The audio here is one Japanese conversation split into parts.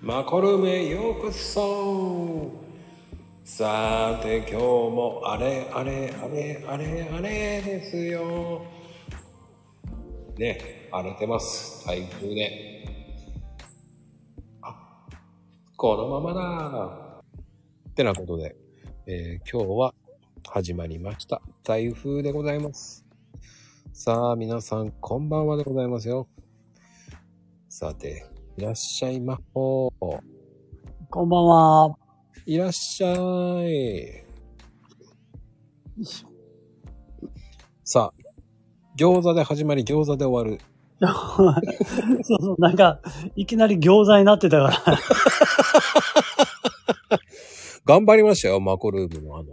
マコルメようこそさて今日もあれあれあれあれあれですよね荒れてます台風であこのままだってなことで、えー今日は始まりました台風でございますさあ皆さんこんばんはでございますよさていらっしゃいまほうこんばんは。いらっしゃい。さあ、餃子で始まり、餃子で終わる。そうそう、なんか、いきなり餃子になってたから。頑張りましたよ、マコルームのあの、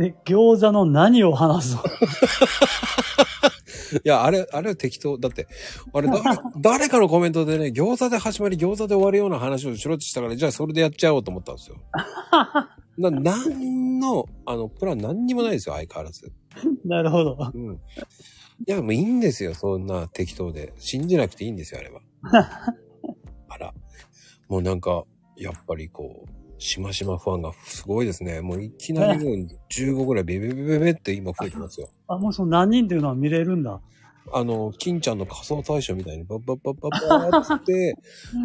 え、餃子の何を 話すのいや、あれ、あれは適当。だ って、あれ、誰誰かのコメントでね、餃子で始まり、餃子で終わるような話をしろってしたから、じゃあそれでやっちゃおうと思ったんですよ。な、なんの、あの、プラン何にもないですよ、相変わらず。なるほど。うん。いや、もういいんですよ、そんな適当で。信じなくていいんですよ、あれは。あら。もうなんか、やっぱりこう、しましまファンがすごいですね。もういきなりもう15ぐらいビビビビビって今増えてますよ。あ、もうその何人っていうのは見れるんだ。あの、金ちゃんの仮想大賞みたいにバッバッバッバッバーって、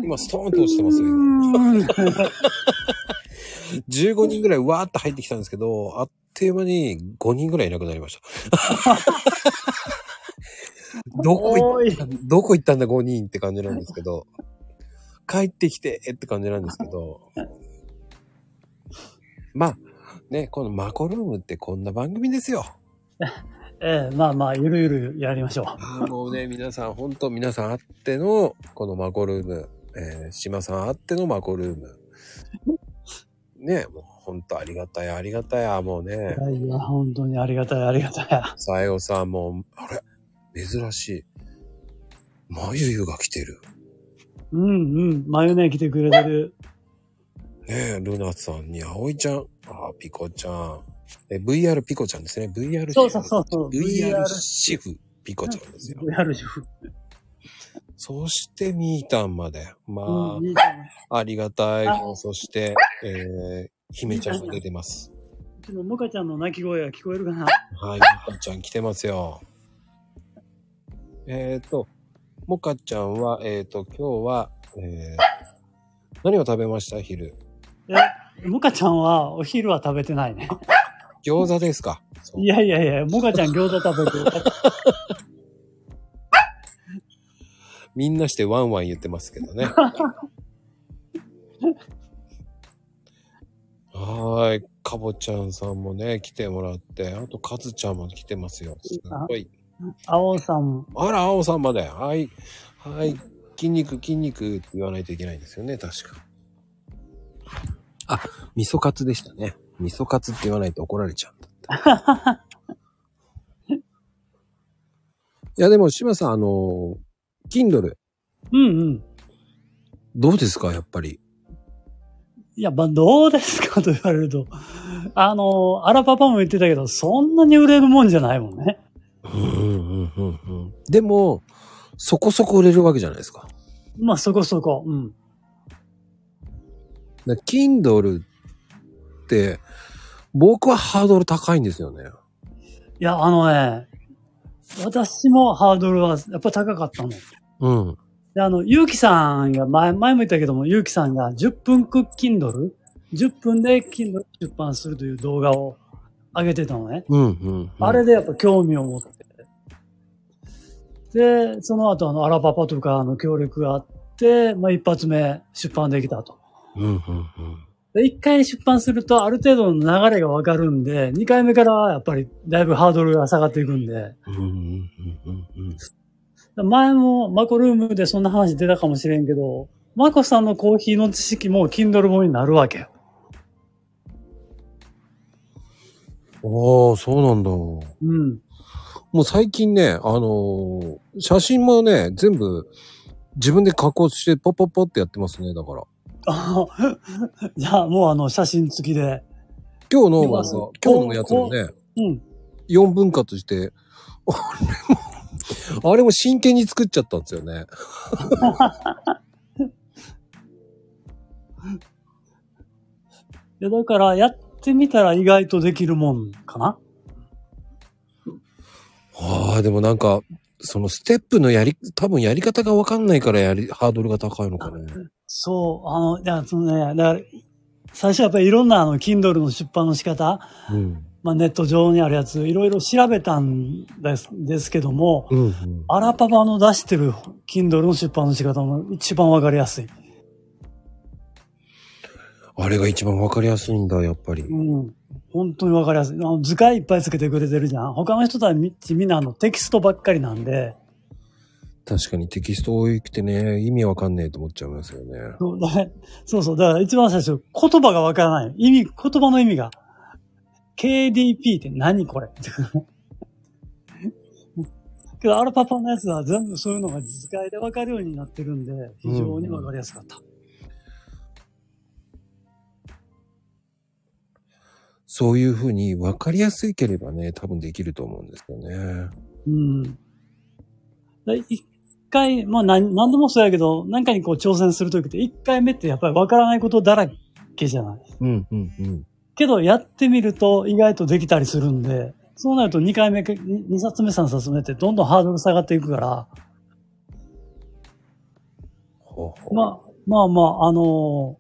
今ストーンと落ちてますよ。今15人ぐらいわーって入ってきたんですけど、あっという間に5人ぐらいいなくなりました。どこ行っおい。 どこ行ったんだ5人って感じなんですけど、帰ってきてって感じなんですけど、まあ、ね、このマコルームってこんな番組ですよ。ええまあまあ、ゆるゆるやりましょう。あーも うね、皆さん、本当皆さんあっての、このマコルーム、えー、島さんあってのマコルーム。ね、もう本当ありがたや、ありがたや、もうねい、やいや、本当にありがたい、ありがたい。さよさんも、あれ、珍しい。まゆゆが来てる。うんうん、マヨネ来てくれてる。ねえ、ルナさんに、葵ちゃん、あ、ピコちゃん。え、VR ピコちゃんですね。VR シェフ。そうそうそうそう。 VR シェフピコちゃんですよ。 VR 主婦。そして、ミータンまで。まうん、いいと思うあ、ありがたいあ。そして、えー、姫ちゃんが出てます。うちのモカちゃんの泣き声が聞こえるかなはい、モカちゃん来てますよ。えっ、ー、と、モカちゃんは、えっ、ー、と、今日は、えー、何を食べました昼。え、モカちゃんはお昼は食べてないね。餃子ですかそういやいやいや、モカちゃん餃子食べて る。みんなしてワンワン言ってますけど ね。はーい。かぼちゃんさんもね、来てもらって、あとかずちゃんも来てますよ。すごい。青さん、あら、あおさんまで。はい。はい。筋肉、筋肉って言わないといけないんですよね、確か。あ、味噌カツでしたね。味噌カツって言わないと怒られちゃうんだ って。いや、でも、島さん、あの、Kindle、うんうん。どうですか、やっぱり。いや、まあ、どうですかと言われると。あの、アラパパも言ってたけど、そんなに売れるもんじゃないもんね。うんうんうんうん でも、そこそこ売れるわけじゃないですか。まあ、そこそこ。うん。だ Kindle って、僕はハードル高いんですよね。いや、あのね、私もハードルはやっぱ高かったもん。で、うん。あの、ゆうきさんが、前、前も言ったけども、ゆうきさんが10分クッキンドル ?10 分で Kindle 出版するという動画を上げてたのね。うんうん、うんあれでやっぱ興味を持って。で、その後あの、アラパパとかの協力があって、まあ、一発目出版できたと。うんうんうん。で一回出版するとある程度の流れがわかるんで、二回目からはやっぱりだいぶハードルが下がっていくんで、うんうんうんうんうん前もマコルームでそんな話出たかもしれんけど、マコさんのコーヒーの知識も Kindle 本になるわけよ。ああ、そうなんだ。もうん。う最近ね、あのー写真もね、全部自分で加工してポッポッポってやってますね、だから。あ じゃあもうあの写真付きで。今日の今今日のやつもね、うん。 4分割して、あれもあれも真剣に作っちゃったんですよね。いや、だから、やってみたら意外とできるもんかなああ、でもなんか、そのステップのやり、多分やり方がわかんないからやり、ハードルが高いのかね。そう、あの、いや、そのね、だから、最初はやっぱりいろんなあの、Kindle の出版の仕方、うん。まあ、ネット上にあるやつ、いろいろ調べたんですですけども、うん、うん。アラパパの出してる Kindle の出版の仕方も一番わかりやすい。あれが一番わかりやすいんだ、やっぱり。うん。本当にわかりやすい。あの図解いっぱいつけてくれてるじゃん。他の人たちみんなあのテキストばっかりなんで、確かにテキスト多くてね、意味わかんねえと思っちゃいますよね。そうだからそうそう。だから一番最初、言葉がわからない。意味、言葉の意味が。KDP って何これ けど、アルパパのやつは全部そういうのが図解でわかるようになってるんで、非常にわかりやすかった。そういうふうにわかりやすいければね、多分できると思うんですよね。うん。で一回、まあ何、何度もそうやけど、何かにこう挑戦するときって、一回目ってやっぱりわからないことだらけじゃない。うん、うん、うん。けどやってみると意外とできたりするんで、そうなると2回目、2冊目、3冊目ってどんどんハードル下がっていくから、ほうほうまあ、まあまあ、あのー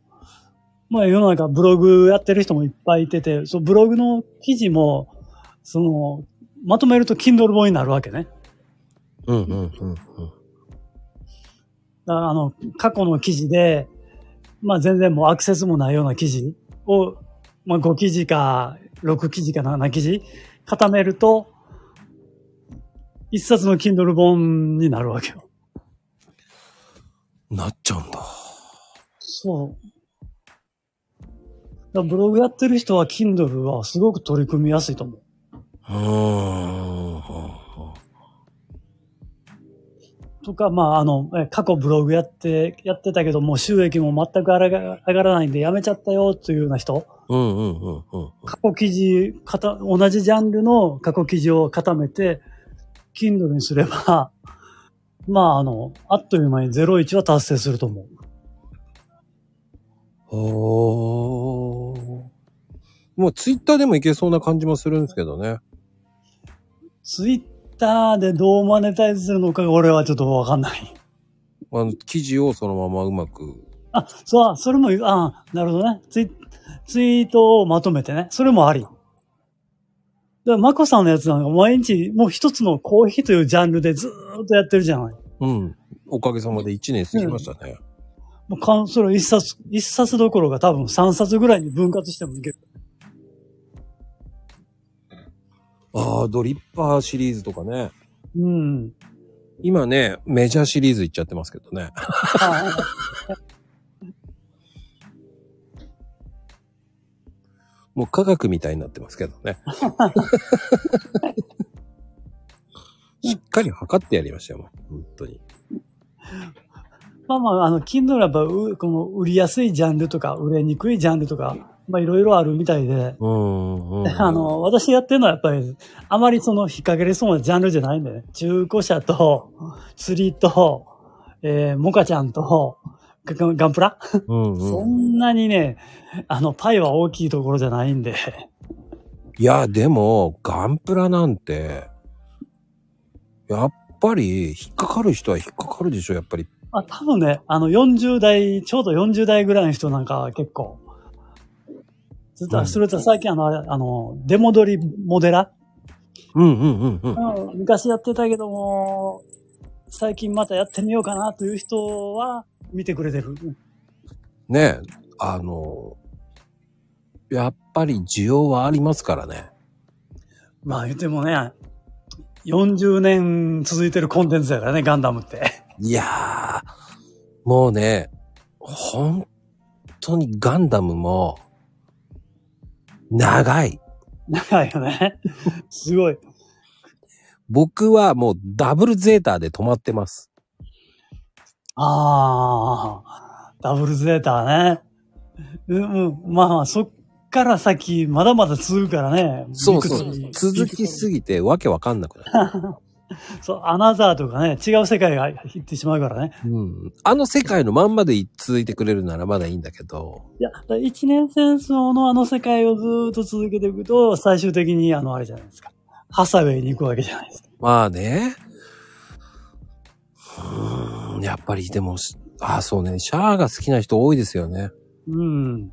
まあ世の中ブログやってる人もいっぱいいてて、そうブログの記事も、その、まとめると Kindle 本になるわけね。うん、うん、うん、うん。だからあの、過去の記事で、まあ全然もうアクセスもないような記事を、まあ5記事か、6記事か7記事固めると、一冊の Kindle 本になるわけよ。なっちゃうんだ。そう。だからブログやってる人は Kindle はすごく取り組みやすいと思う。うーん。はとか、まあ、あの、え過去ブログやって、やってたけど、もう収益も全く上が上がらないんでやめちゃったよというような人。あうん、うん、うん、うん。過去記事、かた同じジャンルの過去記事を固めて、Kindle にすれば、 まあ、あの、あっという間に01は達成すると思う。おー。もうツイッターでもいけそうな感じもするんですけどね。 Twitter でどうマネタイズするのかが俺はちょっとわかんない。 あの、記事をそのままうまく。あ、そう、あそれも、あなるほどね。ツイツイートをまとめてね。それもあり。だから、マコさんのやつなんか毎日もう一つのコーヒーというジャンルでずーっとやってるじゃない。うん。おかげさまで1年過ぎましたね。もうかん、それを一冊、一冊どころか多分三冊ぐらいに分割してもいける。ああ、ドリッパーシリーズとかね。うん。今ね、メジャーシリーズいっちゃってますけどね。もう科学みたいになってますけど ね。しっかり測ってやりましたよ、もう本当に。まあまあ、あの、Kindle はやっぱう、この売りやすいジャンルとか、売れにくいジャンルとか、まあいろいろあるみたいで、うんうんうん。 あの、私がやってるのはやっぱり、あまりその引っ掛けれそうなジャンルじゃないんだよね。中古車と、釣りと、えー、モカちゃんと、ガガンプラ、うんそうん、んなにね、あの、パイは大きいところじゃないんで。いや、でも、ガンプラなんて、やっぱり、引っかかる人は引っかかるでしょ、やっぱり。あ、多分ね、あの、40代、ちょうど40代ぐらいの人なんかは結構。ずっうと、んそれと最近あの、あれあの、出戻りモデラ、うんうんうんうん。昔やってたけども、最近またやってみようかなという人は見てくれてる。ねえ、あの、やっぱり需要はありますからね。まあ言ってもね、40年続いてるコンテンツだからね、ガンダム って。いやー、もうね、本当にガンダムも、長い。長いよね。すごい。僕はもうダブルゼータで止まってます。ああ、ダブルゼータね。うん、うん、まあまあ、そっから先、まだまだ続くからね。そうそう理屈。続きすぎてわけわかんなくなる。そう、アナザーとかね、違う世界が行ってしまうからね。うん。あの世界のまんまで続いてくれるならまだいいんだけど、いや、だから一年戦争のあの世界をずーっと続けていくと、最終的にあの、あれじゃないですか。ハサウェイに行くわけじゃないですか。まあね。うーん、やっぱりでもし、あ、そうね。シャアが好きな人多いですよね。うん。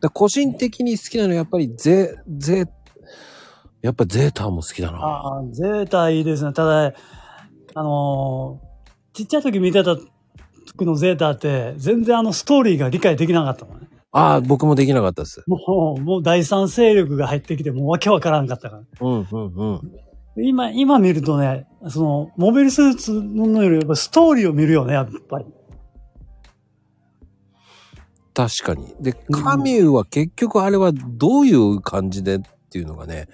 だ個人的に好きなのはやっぱりゼ、ゼ、やっぱゼータも好きだな。ああ、ゼータいいですね。ただ、あのーちっちゃい時見てた時のゼータって、全然あのストーリーが理解できなかったもんね。ああ、僕もできなかったです。もう、もう第三勢力が入ってきて、もうわけわからんかったから。うん、うん、うん。今、今見るとね、その、モビルスーツのより、やっぱストーリーを見るよね、やっぱり。確かに。で、カミューは結局あれはどういう感じでっていうのがね、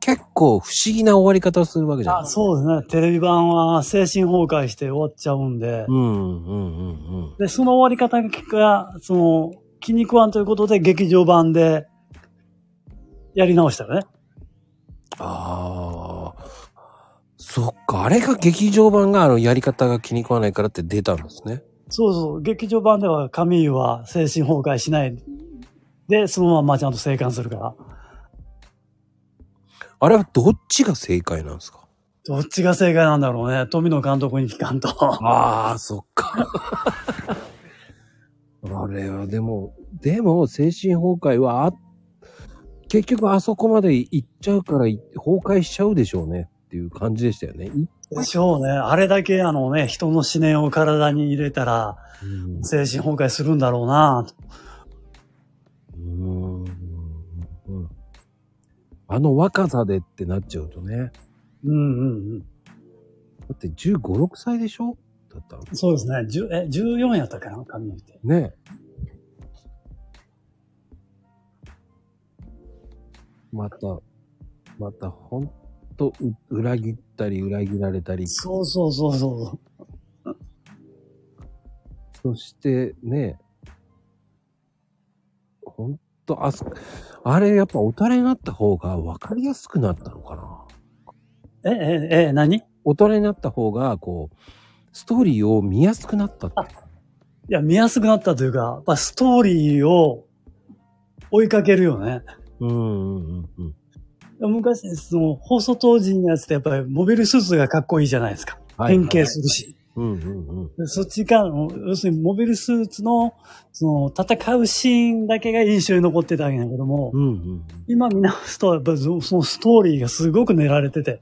結構不思議な終わり方をするわけじゃないあそうですね。テレビ版は精神崩壊して終わっちゃうんで、うん、うん、うん、うん。で、その終わり方が結果、その、気に食わんということで劇場版で、やり直したよね。ああ。そっか。あれが劇場版があのやり方が気に食わないからって出たんですね。そうそう。劇場版ではカミーユは精神崩壊しない。で、そのまんまちゃんと生還するから。あれはどっちが正解なんですかどっちが正解なんだろうね。富野監督に聞かんと。ああ、そっか。 あれはでも、でも精神崩壊はあ、結局あそこまで行っちゃうからい崩壊しちゃうでしょうねっていう感じでしたよね。でしょうね。あれだけあのね、人の思念を体に入れたら、うん精神崩壊するんだろうな。うんうんあの若さでってなっちゃうとね。うんうんうん。だって15、6歳でしょだったら。そうですね。10え、14やったかな髪の毛って。ねまた、またほんとう裏切ったり裏切られたり、そそうそうそうそしてね、ほんと、あそ、あれやっぱおたれになった方が分かりやすくなったのかなう。え、え、え、何いおたれになった方が、こう、ストーリーを見やすくなったっていうか。や、見やすくなったというか、やっぱストーリーを追いかけるよね。うんうんうんうん。昔、その、放送当時のやつってやっぱりモビルスーツがかっこいいじゃないですか。変形するし。うんうんうん。でそっちから、要するにモビルスーツの、その、戦うシーンだけが印象に残ってたわけだけども、うんうん今見直すと、やっぱりそそのストーリーがすごく練られてて、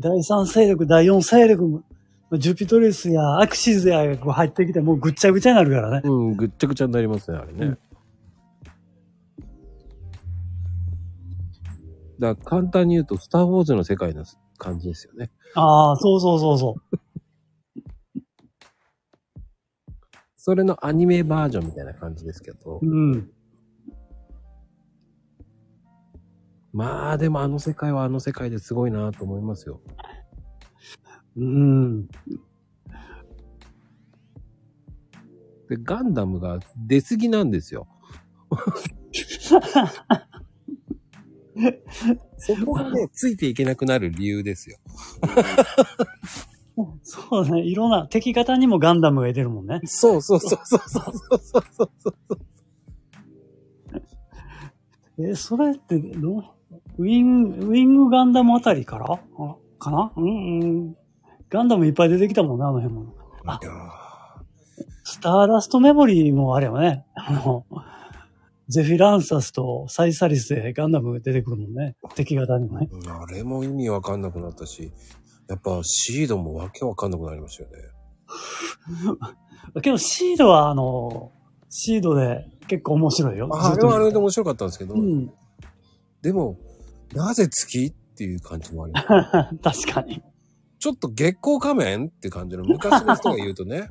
第三勢力、第四勢力も、ジュピトリスやアクシズやがこう入ってきて、もうぐっちゃぐちゃになるからね。うん、ぐっちゃぐちゃになりますね、あれね。うんだから簡単に言うと、スター・ウォーズの世界の感じですよね。ああ、そうそうそうそう。それのアニメバージョンみたいな感じですけど。うん。まあ、でもあの世界はあの世界ですごいなと思いますよ。うん。で、ガンダムが出過ぎなんです よ。そこがね、ついていけなくなる理由ですよ。そうだね。いろんな、敵方にもガンダムが出てるもんね。そうそうそうそうそうそうそう。え、それってどう、ウィン、ウィングガンダムあたりからあかなうんうん。ガンダムいっぱい出てきたもんな、あの辺も。あいやースターダストメモリーもあれよね。あの、ゼフィランサスとサイサリスでガンダム出てくるもんね。敵方にもね。あれも意味わかんなくなったし、やっぱシードもわけわかんなくなりましたよね。けどシードはあの、シードで結構面白いよ。ああれずっとはあれで面白かったんですけど、うん。でも、なぜ月っていう感じもあります。 確かに。ちょっと月光仮面って感じの昔の人が言うとね、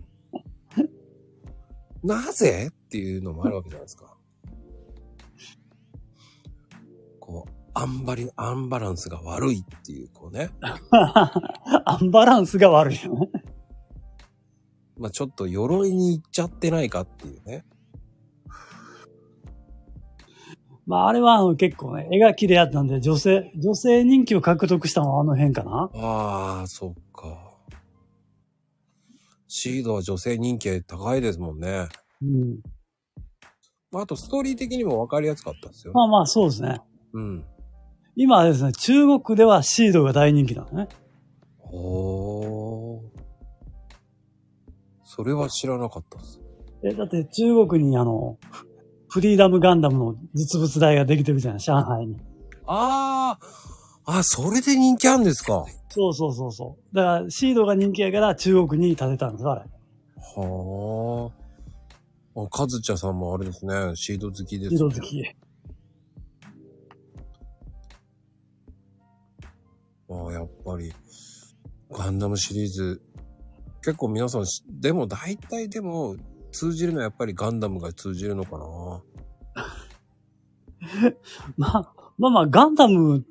なぜっていうのもあるわけじゃないですか。こう、あんまりアンバランスが悪いっていう、こうね。アンバランスが悪いよね。まあちょっと鎧に行っちゃってないかっていうね。まあ、あれはあの結構ね、絵が綺麗やったんで、女性、女性人気を獲得したのはあの辺かな。ああ、そっか。シードは女性人気高いですもんね。うん。まあ、あと、ストーリー的にも分かりやすかったですよねま。あまあ、そうですね。うん。今はですね、中国ではシードが大人気なのね。おー。それは知らなかったです。え、だって中国にあの、フリーダムガンダムの実物大ができてるじゃん、上海に。ああ、あ、それで人気あるんですか。そうそうそうそう。だから、シードが人気やから中国に建てたんですよ、あれ。はあ。あ、かずちゃさんもあれですね、シード好きです、シード好き。ああ、やっぱり、ガンダムシリーズ、結構皆さんし、でも大体でも、通じるのはやっぱりガンダムが通じるのかな。まあ、まあまあ、ガンダムっ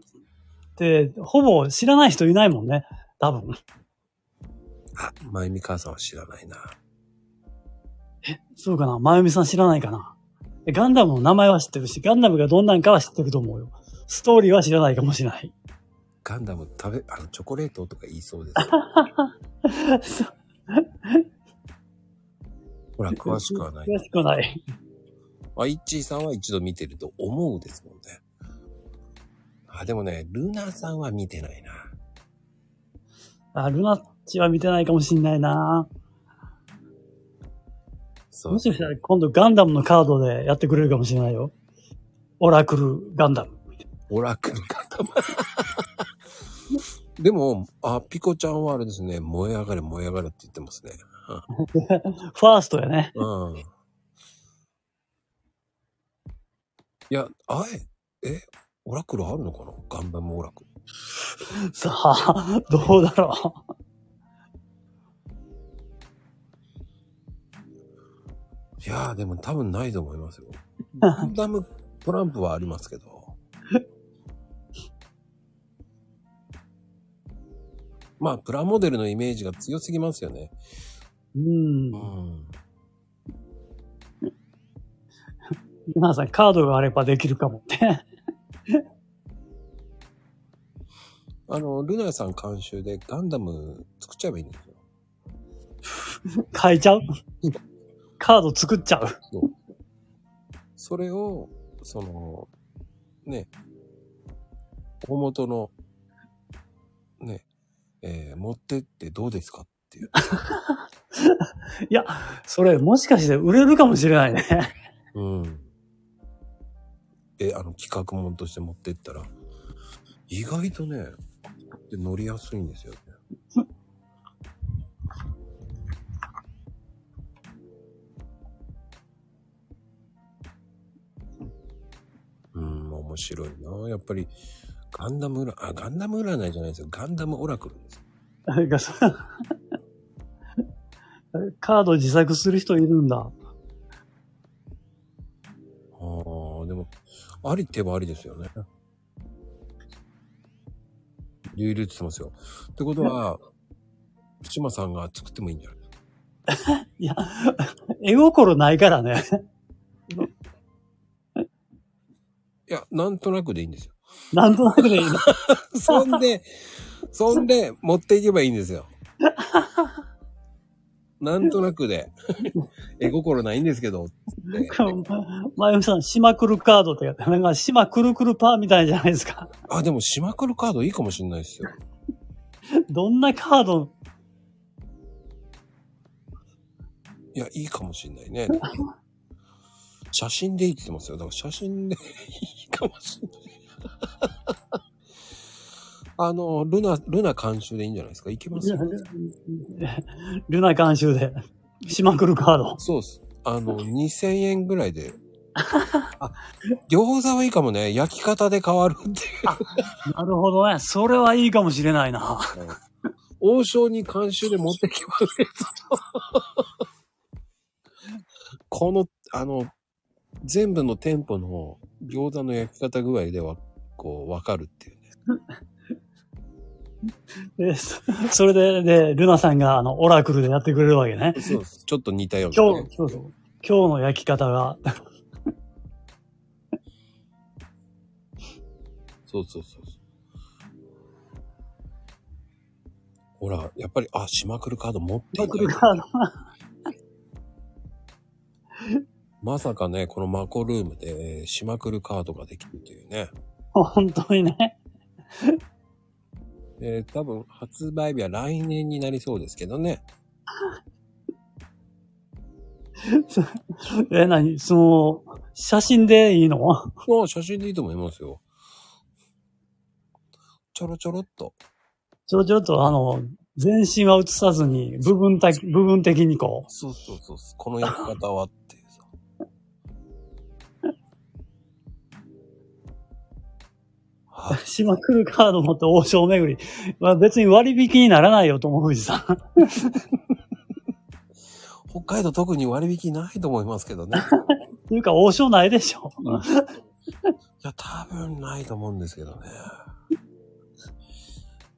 て、ほぼ知らない人いないもんね。多分。あ、まゆみ母さんは知らないな。そうかな。まゆみさん知らないかな。えガンダムの名前は知ってるし、ガンダムがどんなんかは知ってると思うよ。ストーリーは知らないかもしれない。ガンダム食べ、あの、チョコレートとか言いそうです。そうほら、詳しくはない。詳しくはない。あ、イッチーさんは一度見てると思うですもんね。あ、でもね、ルナさんは見てないな。あ、ルナッチは見てないかもしんないな。そうもしかしたら今度ガンダムのカードでやってくれるかもしれないよ。オラクルガンダム。オラクル方も。でも、あ、ピコちゃんはあれですね、燃え上がれ燃え上がれって言ってますね。ファーストやね。うん。いや、あえ、え、オラクルあるのかなガンダムオラクル。さあ、どうだろいやー、でも多分ないと思いますよ。ガンダム、トランプはありますけど。まあ、プラモデルのイメージが強すぎますよね。う。うんう。ん。皆さんカードがあればできるかもって。あの、ルナさん監修でガンダム作っちゃえばいいんですよ。変えちゃうカード作っちゃう。それを、その、ね、大元の、ね、えー持ってってどうですかっていう。それ、もしかして売れるかもしれないね。 うん。え、あの、企画もんとして持ってったら、意外とね、で乗りやすいんですよね。うん、面白いな。やっぱり、ガンダム占、あ、ガンダム占いじゃないですよ。ガンダムオラクルです。なんかそカード自作する人いるんだ。ああ、でも、ありって言えばありですよね。流々って言ってますよ。ってことは、福島さんが作ってもいいんじゃないいや、絵心ないからね。いや、なんとなくでいいんですよ。 なんとなくでいいな。そんで、そんで、持っていけばいいんですよ。なんとなくで。絵心ないんですけど。ってまゆみさん、しまくるカードってやって、なんかしまくるくるパーみたいじゃないですか。あ、でも、しまくるカードいいかもしれないですよ。どんなカード、いや、いいかもしれないね。写真でいいって言ってますよ。だから写真でいいかもしれない。 あの、ルナ、ルナ監修でいいんじゃないですか。いけますよ。ルナ監修で、しまくるカード。そうっす。あの、2000円ぐらいで。あ、餃子はいいかもね。焼き方で変わるってなるほどね。それはいいかもしれないな。いう。王将に監修で持ってきますけ ど。この、あの、全部の店舗の餃子の焼き方具合では、こう、わかるっていうね。でそそれで、で、ルナさんが、あの、オラクルでやってくれるわけね。そうっすちょっと似たような今ね、日、そうそう。今日の焼き方が、そうそうそうそう。ほら、やっぱり、あ、島来るカード持ってマいクたルいカた。ード。まさかね、このマコルームで、えー島来るカードができるというね。本当にね。えー多分発売日は来年になりそうですけどね。え、何その、写真でいいのもう写真でいいと思いますよ。ちょろちょろっと。ちょ、ちょっとあの、全身は写さずに、部分的、部分的にこう。そうそうそうそう。このやり方はっていうさ。はい。島来るカード持って王将巡り。まあ、別に割引にならないよ、友藤さん。北海道特に割引ないと思いますけどね。というか、王将ないでしょ。いや、多分ないと思うんですけどね。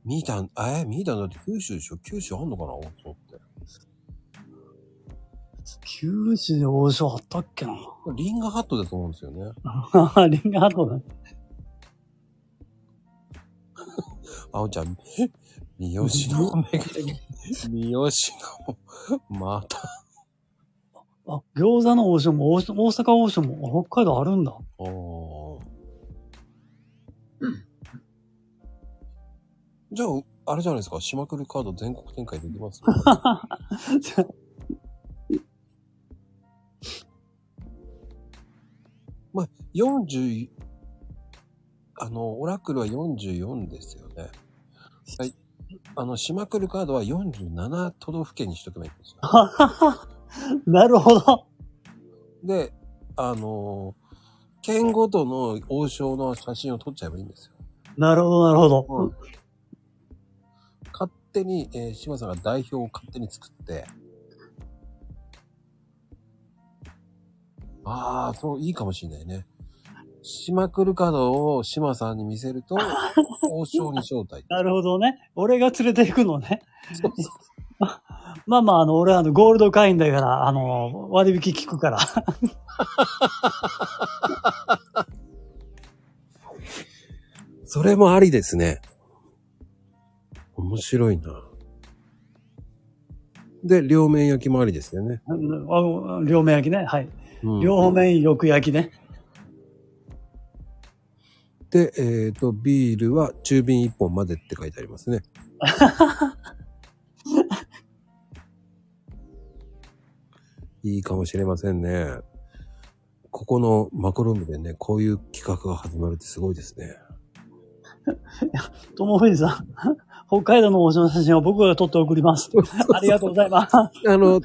見たん、え、見たんだって九州でしょ九州あんのかな大津って。 九州で王将あったっけな。リンガーハットだと思うんですよね。 あリンガードだ。あおちゃん、三好のめぐり。 三好の、また。あ、餃子の王将も、王将大阪王将も、あ北海道あるんだ。おーじゃあ、あれじゃないですか。島来るカード全国展開できますまあ、40、あの、オラクルは44ですよね。はい。あの、島来るカードは47都道府県にしとけばいいんですよ。なるほど。で、あのー県ごとの王将の写真を撮っちゃえばいいんですよ。なるほど、なるほど。うん勝手に、えー、島さんが代表を勝手に作って。ああ、そう、いいかもしれないね。島来るカードを島さんに見せると、王将に招待。なるほどね。俺が連れて行くのね。そうそ まあまあ、あの、俺はあの、ゴールド会員だから、あの、割引聞くから。うそれもありですね。面白いな。で、両面焼きもありですよね。うんあ両面焼きね。はい。うん両面よく焼きね。で、えっ、と、ビールは中瓶1本までって書いてありますね。いいかもしれませんね。ここのマクロームでね、こういう企画が始まるってすごいですね。友藤さん、北海道の王将の写真を僕が撮って送ります。ありがとうございます。あの、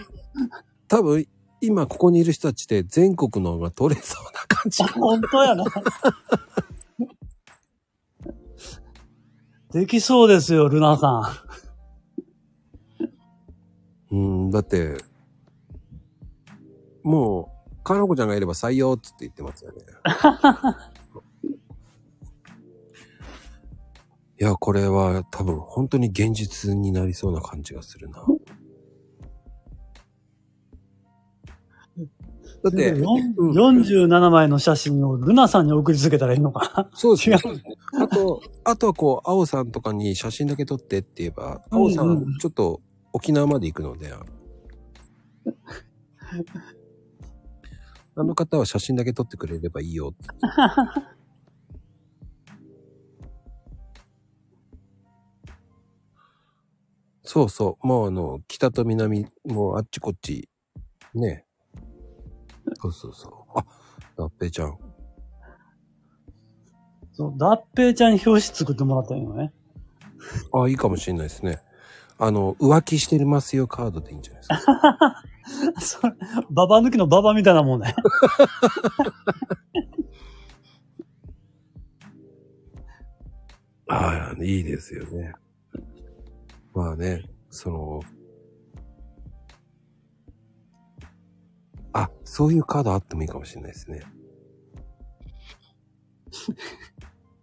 多分、今ここにいる人たちで全国のが取れそうな感じ。 本当やな。できそうですよ、ルナさうん、だって、もう、かなこちゃんがいれば採用っつって言ってますよね。いや、これは多分本当に現実になりそうな感じがするな。だっん。て、よんうん47枚の写真をルナさんに送りつけたらいいのか そうですね違。あと、あとはこう、青さんとかに写真だけ撮ってって言えば、うん青さうんん、ちょっと沖縄まで行く ので、あの方は写真だけ撮ってくれればいい よって。そうそう。もうあの、北と南、もうあっちこっち、ね。そうそうそう。あ、だっぺちゃん。そう、ダッペイちゃんに表紙作ってもらったらいいのね。あ、いいかもしれないですね。あの、浮気してますよカードでいいんじゃないですか。 それ、ババ抜きのババみたいなもんね。 ああ、いいですよね。まあね、その、あ、そういうカードあってもいいかもしれないですね。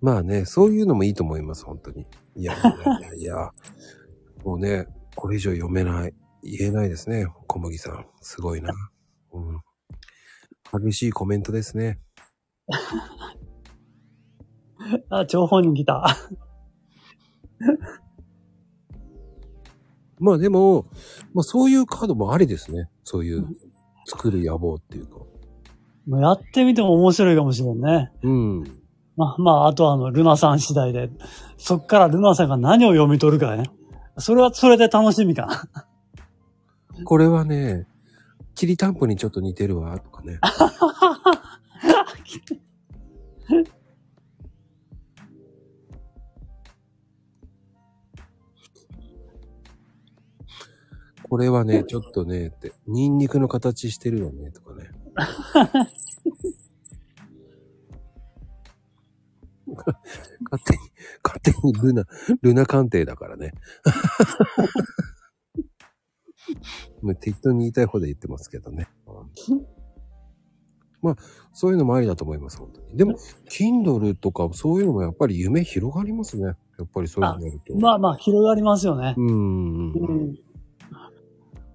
まあね、そういうのもいいと思います、本当に。いやいやいやいや、もうね、これ以上読めない。言えないですね、小麦さん。すごいな。うん。激しいコメントですね。あ、張本人来た。まあでも、まあそういうカードもありですね。そういう、作る野望っていうか。まあやってみても面白いかもしれんね。うん。まあ、まあ、あとはあの、ルナさん次第で、そっからルナさんが何を読み取るかね。それは、それで楽しみかな。これはね、きりたんぽにちょっと似てるわ、とかね。これはね、ちょっとね、って、ニンニクの形してるよね、とか ね。勝手に、勝手にルナ、ルナ鑑定だから ね。もう適当に言いたい方で言ってますけど ね。まあ、そういうのもありだと思います、本当に。でも、Kindle とかそういうのもやっぱり夢広がりますね。やっぱりそういうのやると。まあまあ、広がりますよね。うんうん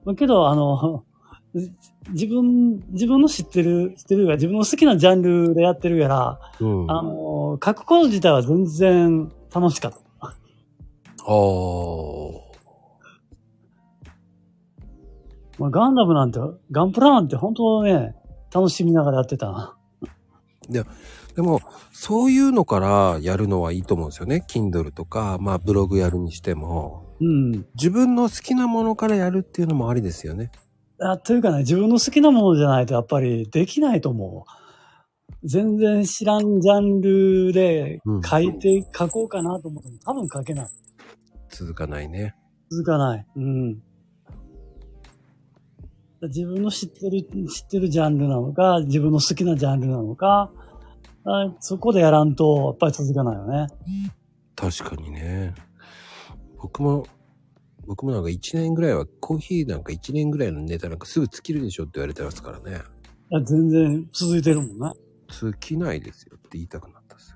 うん。けど、あの、 じ自分、自分の知ってる、知ってるが、自分の好きなジャンルでやってるやら、うん。あの、書くこと自体は全然楽しかった。あーまあ、ガンダムなんて、ガンプラなんて本当ね、楽しみながらやってたな。でも、そういうのからやるのはいいと思うんですよね。Kindle とか、まあブログやるにしても。うん。自分の好きなものからやるっていうのもありですよね。あというかね、自分の好きなものじゃないとやっぱりできないと思う。全然知らんジャンルでうん書いて、書こうかなと思っても多分書けない。続かないね。続かない。うん。自分の知ってる、知ってるジャンルなのか、自分の好きなジャンルなのか、あそこでやらんと、やっぱり続かないよね。確かにね。僕も、僕もなんか1年ぐらいは、コーヒーなんか1年ぐらいのネタなんかすぐ尽きるでしょって言われてますからね。いや全然続いてるもんね。尽きないですよって言いたくなったんです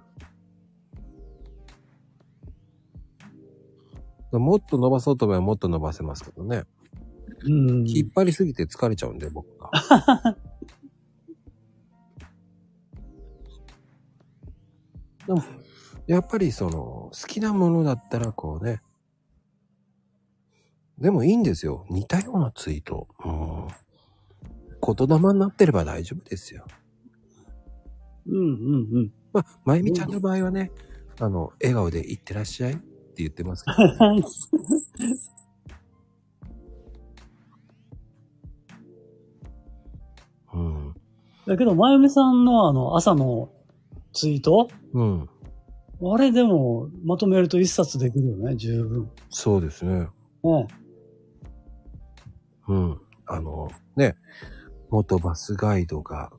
よ。もっと伸ばそうと思えばもっと伸ばせますけどね。うん。引っ張りすぎて疲れちゃうんで、僕 が。でも、やっぱりその、好きなものだったらこうね。でもいいんですよ。似たようなツイート。うん。言霊になってれば大丈夫ですよ。うんうんうん。 まあ、まゆみちゃんの場合はね、あの、笑顔でいってらっしゃいって言ってますけ ど、ね、うん。だけど、まゆみさんのあの、朝のツイートうん。あれでも、まとめると一冊できるよね、十分。そうですね。ね。うん。あの、ね、元バスガイドが、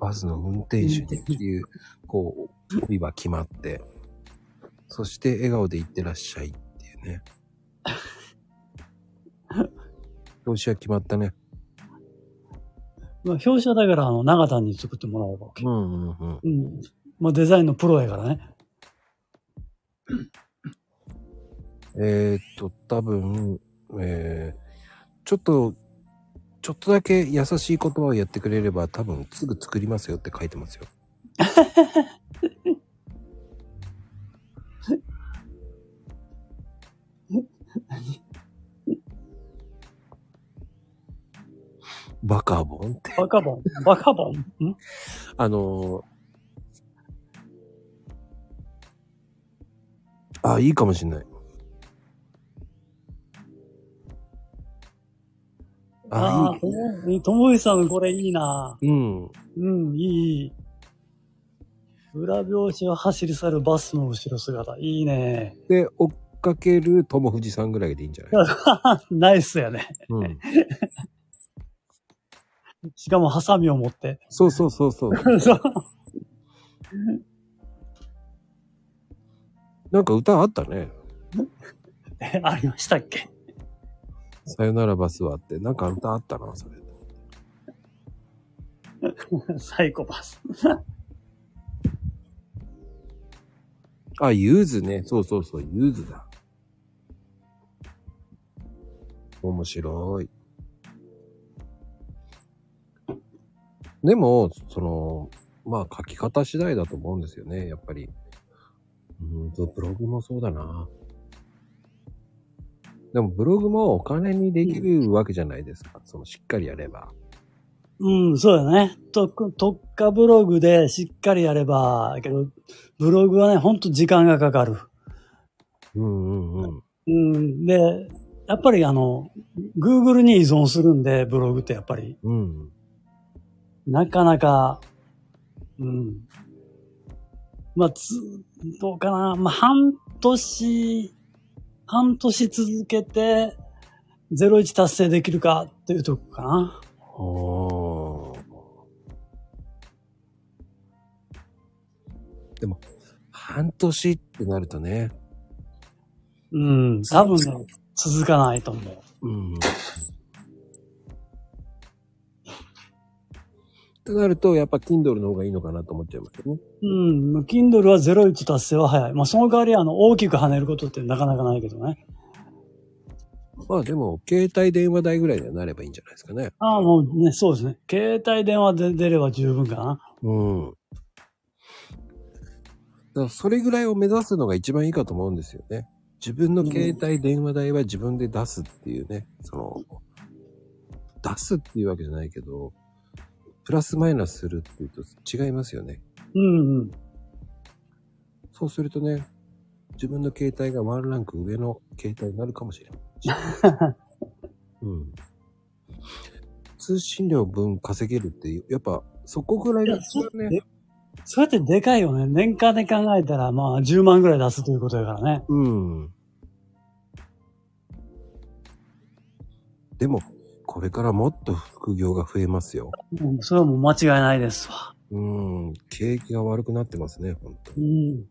バスの運転手にっていう、こう、帯は決まって、そして笑顔でいってらっしゃいっていう ね。表紙は決まったね。まあ、表紙はだから、あの、長谷に作ってもらおうわけ。うんうんうん。うん。まあ、デザインのプロやからね。えー、っと、多分、えー、ちょっと、ちょっとだけ優しい言葉をやってくれれば、多分すぐ作りますよって書いてますよ。バカボンって。バカボン。バカボン。んあのー、あ、いいかもしんない。あああ、ともともいさんこれいいな。いい。うん。うん、いいいい。裏表紙は走り去るバスの後ろ姿。いいね。 で、追っかける友藤さんぐらいでいいんじゃない、ナイスやね。うん、しかもハサミを持って。 そうそうそうそう。そうなんか歌あったね。えありましたっけ さよならバスはって。なんか歌あったな、それ。サイコパス。あ、ユーズね。そうそうそう、ユーズだ。面白い。でも、その、まあ書き方次第だと思うんですよね、やっぱり。うんと、ブログもそうだな。でもブログもお金にできるわけじゃないですか。そのしっかりやれば。うん、そうだね。と特化ブログでしっかりやれば、だけど、ブログはね、ほんと時間がかかる。うんうんうん。うん、で、やっぱりあの、Google に依存するんで、ブログってやっぱり、うん。なかなか、うん。まあ、つ、どうかな。まあ、半年、半年続けて、01達成できるかっていうとこかな。おーでも、半年ってなるとね、うん、多分ね、続かないと思う。うん。ってなると、やっぱ Kindle の方がいいのかなと思っちゃいますよね。うん、Kindle は01達成は早い。まあ、その代わり、あの、大きく跳ねることってなかなかないけどね。まあでも、携帯電話代ぐらいにはなればいいんじゃないですかね。ああ、もうね、そうですね。携帯電話で出れば十分かな。うん。だからそれぐらいを目指すのが一番いいかと思うんですよね。自分の携帯電話代は自分で出すっていうね、その、出すっていうわけじゃないけど、プラスマイナスするっていうと違いますよね。うん、うん。そうするとね、自分の携帯がワンランク上の携帯になるかもしれない。 うん。通信料分稼げるって、やっぱそこぐらいが必要ね。そうやってでかいよね。年間で考えたら、まあ、10万ぐらい出すということだからね。うん。でも、これからもっと副業が増えますよ。うん、それはもう間違いないですわ。うん。景気が悪くなってますね、本当うん。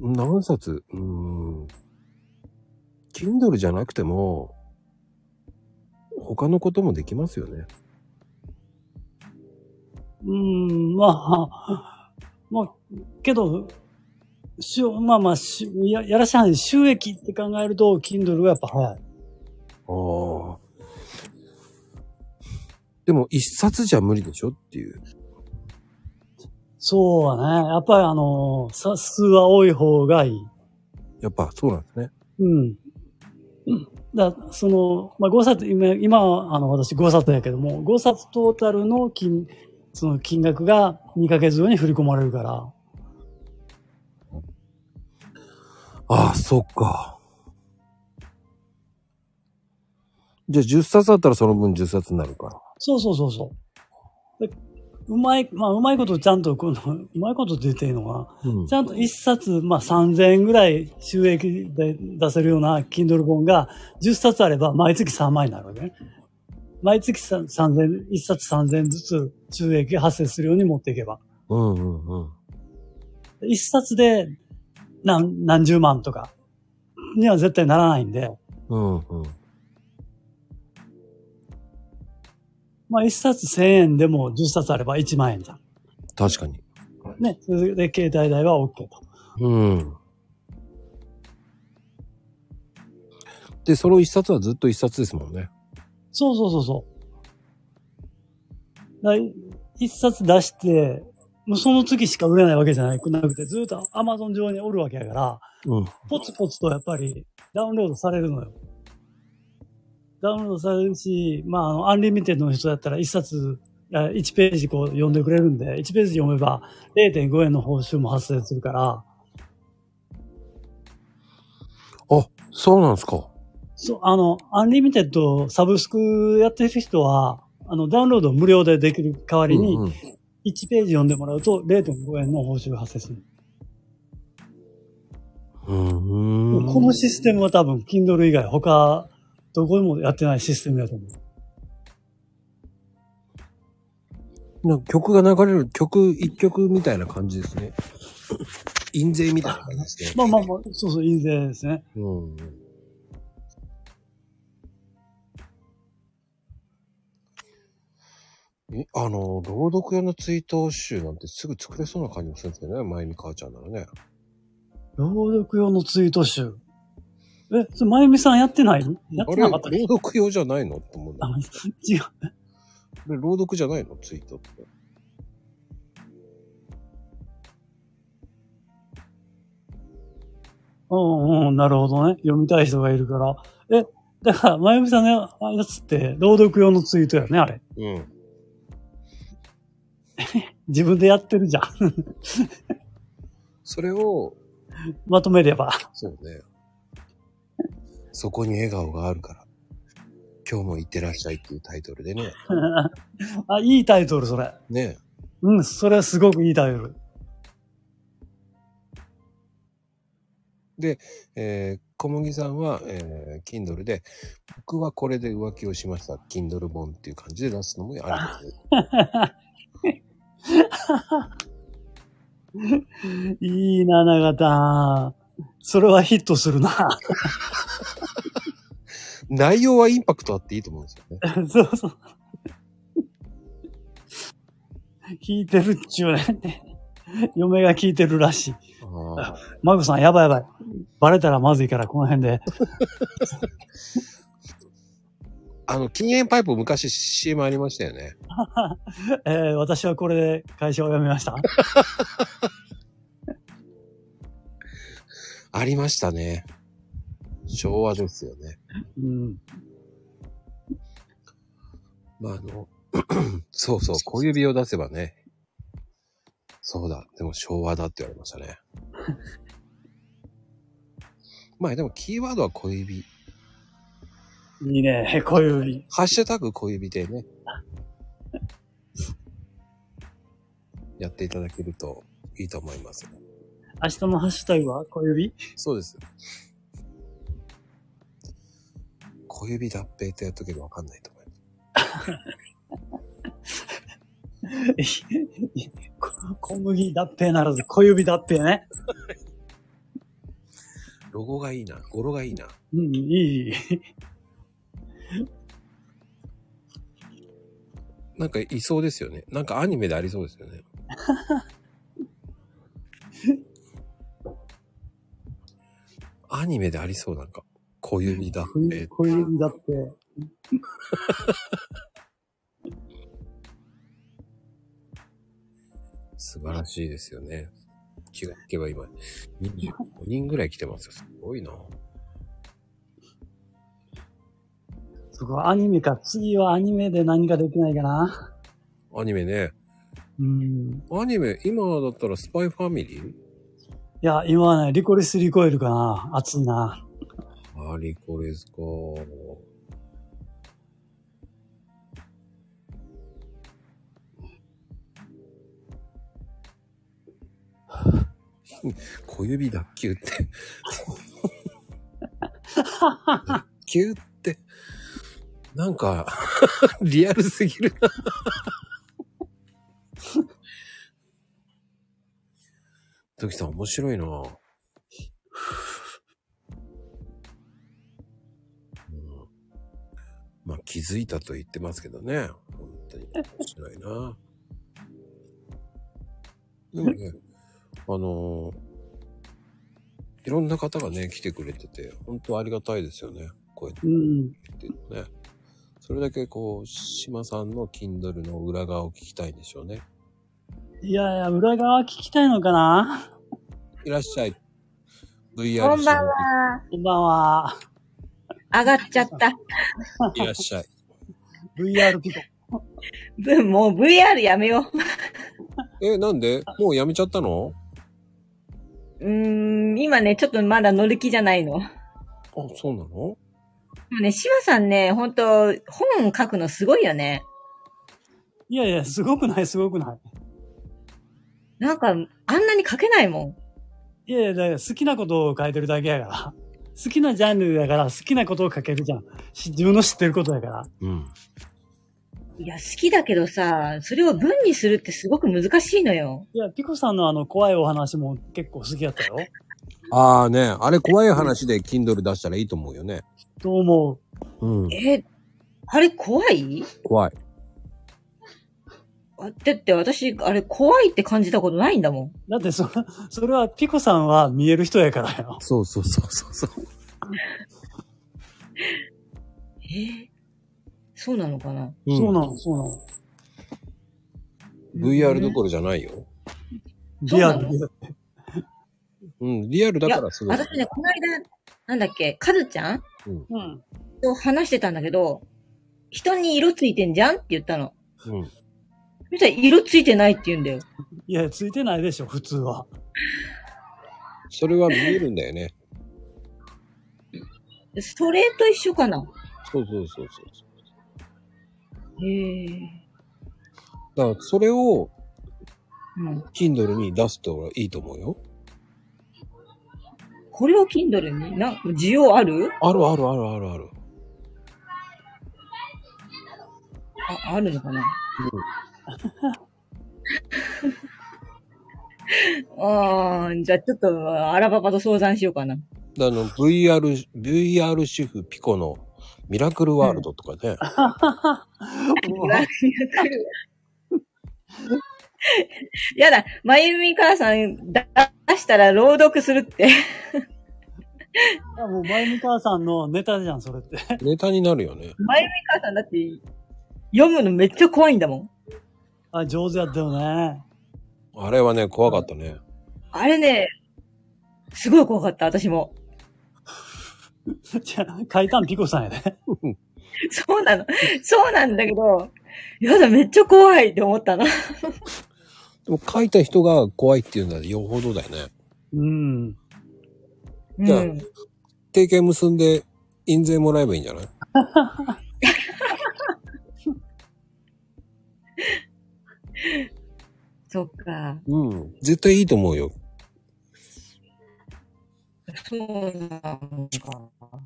何冊うん。Kindle じゃなくても、他のこともできますよね。うん、まあ、まあ、けど、しゅまあまあしゅや、やらしゃない収益って考えると、Kindle がやっぱ早い。ああ。でも、一冊じゃ無理でしょっていう。そうはね。やっぱりあの、さ数は多い方がいい。やっぱ、そうなんですね。うん。だその、まあ、5冊、今、今は、あの、私5冊やけども、5冊トータルの金、その金額が2ヶ月後に振り込まれるから。ああ、そっか。じゃあ、10冊あったらその分10冊になるか。そうそうそうそう。でうまい、まあ、うまいことちゃんと、この、うまいことって言っていいのかな。うんちゃんと1冊、まあ、3000円ぐらい収益で出せるような Kindle 本が10冊あれば毎月3万円になるわけね。毎月さ3000、1冊3000円ずつ収益が発生するように持っていけば。うんうんうん。 1冊で何何十万とかには絶対ならないんで、うんうん。まあ、1冊1000円でも10冊あれば1万円じゃん。確かに。ね。それで携帯代は OK と。うん。で、その一冊はずっと一冊ですもんね。そうそうそうそう。だい一冊出して、もうその月しか売れないわけじゃなくなくて、ずっと Amazon 上におるわけやから、うん。ポツポツとやっぱりダウンロードされるのよ。ダウンロードされるし、まあ、あの、アンリミテッドの人だったら一冊、あ1ページこう読んでくれるんで、1ページ読めば0.5円の報酬も発生するから、あ、そうなんですか。そう、あの、アンリミテッドサブスクやってる人は、あの、ダウンロード無料でできる代わりに、うんうん1ページ読んでもらうと0.5円の報酬が発生する。うんうん。このシステムは多分 Kindle 以外他どこでもやってないシステムだと思う。なんか曲が流れる、曲、一曲みたいな感じですね。印税みたいな感じですね。まあまあまあ、そうそう、いい税ですね。うん。え、あの、朗読用の追悼集なんてすぐ作れそうな感じもするんですけどね、前に母ちゃんならね。朗読用のツイート集。え、それまゆみさんやってないのやってあれ、な朗かったっけ読用じゃないのと思うんだあけ違う。ど。で朗読じゃないのツイートって。うんうん、なるほどね。読みたい人がいるから。え、だから、まゆみさんのやつって、朗読用のツイートやね、あれ。うん。自分でやってるじゃん。 それを、まとめれば。 そうね。そこに笑顔があるから。今日も行ってらっしゃいっていうタイトルでね。あ、いいタイトル、それ。ねうん、それはすごくいいタイトル。えー小麦さんは、えー Kindle で、僕はこれで浮気をしました。Kindle 本っていう感じで出すのもありです。いいな、長田。それはヒットするな。内容はインパクトあっていいと思うんですよね。 そうそう。聞いてるっちゅうね。嫁が聞いてるらしい。あーマグさん、やばいやばい。バレたらまずいから、この辺で。あの、禁煙パイプ昔 CM ありましたよね。えー私はこれで会社を辞めました。ありましたね。昭和ですよね。うん。まあ、あの、 そうそう、小指を出せばね。そうだ、でも昭和だって言われましたね。まあでもキーワードは小指。いいね、小指。ハッシュタグ小指でね。やっていただけるといいと思います。明日のハッシュタグは小指そうです。小指脱皮ってやっとけばわかんないと思います。こ小麦脱皮ならず、小指脱皮ね。ロゴがいいな、語呂がいいな。うん、いい。なんかいそうですよね。なんかアニメでありそうですよね。アニメでありそう、なんか。小指だって。小指脱皮。素晴らしいですよね。気がつけば今、25人ぐらい来てますよ。すごいな。そこはアニメか。次はアニメで何かできないかな。アニメね。うん。アニメ、今だったらスパイファミリーいや、今はね、リコリスリコイルかな。熱いな。あリコレスか。 小指脱臼って。脱臼って、なんか、 リアルすぎるな。トキさん面白いな。うんまあ気づいたと言ってますけどね。本当に面白いな。でもね、あのーいろんな方がね、来てくれてて、本当ありがたいですよね。こうやってうん。言ってるのね。それだけこう、島さんの Kindle の裏側を聞きたいんでしょうね。いやいや、裏側聞きたいのかない らっしゃい。VR こんばんは。こんばんは。上がっちゃった。いらっしゃい。 VR ピコ。ぶもう VR やめよえ、なんでもうやめちゃったのう。うーん、今ね、ちょっとまだ乗る気じゃないの。であ、そうなのもね、シマさんね、ほんと、本書くのすごいよね。いやいや、すごくない、すごくない。なんか、あんなに書けないもん。いやいや、だから好きなことを書いてるだけやから。好きなジャンルやから好きなことを書けるじゃん。し自分の知ってることやから。うん。いや、好きだけどさ、それを文にするってすごく難しいのよ。いや、ピコさんのあの怖いお話も結構好きやったよ。ああね、あれ怖い話で Kindle 出したらいいと思うよね。と思う。うん。え、あれ怖い怖い。あだって私、あれ怖いって感じたことないんだもん。だってそ、それはピコさんは見える人やからよ。そうそうそうそうそう。えーそうなのかなうんそうなの、そうなの。 VR どころじゃないよ。リアルそうなのリアルうん、リアルだからすごい。私ね、この間、なんだっけ、カズちゃんうん。と話してたんだけど、人に色ついてんじゃんって言ったの。うん。そしたら色ついてないって言うんだよ。いや、ついてないでしょ、普通は。 それは見えるんだよね。それと一緒かなそうそうそうそう。へえ。だから、それをうん。 Kindle に出すといいと思うよ。これを Kindle にな、需要あるあるあるあるあるある。あ、あるのかな ああ、じゃあちょっと、アラババと相談しようかな。うん。あの、VR、VR 主婦ピコのミラクルワールドとかね。もう やだ、まゆみ母さんだ出したら朗読するっいて。やもう、前見母さんのネタじゃん、それって。ネタになるよね。まゆみ母さんだって、読むのめっちゃ怖いんだもん。あ、上手やったよね。あれはね、怖かったね。あれね、すごい怖かった、私も。 じゃあ、書いたんピコさんやで。そうなの。そうなんだけど、やだ、めっちゃ怖いって思ったの。でも書いた人が怖いっていうのはよほどだよね。うん。うじゃあん。提携結んで印税もらえばいいんじゃないそっか。うん。絶対いいと思うよ。そうなのか。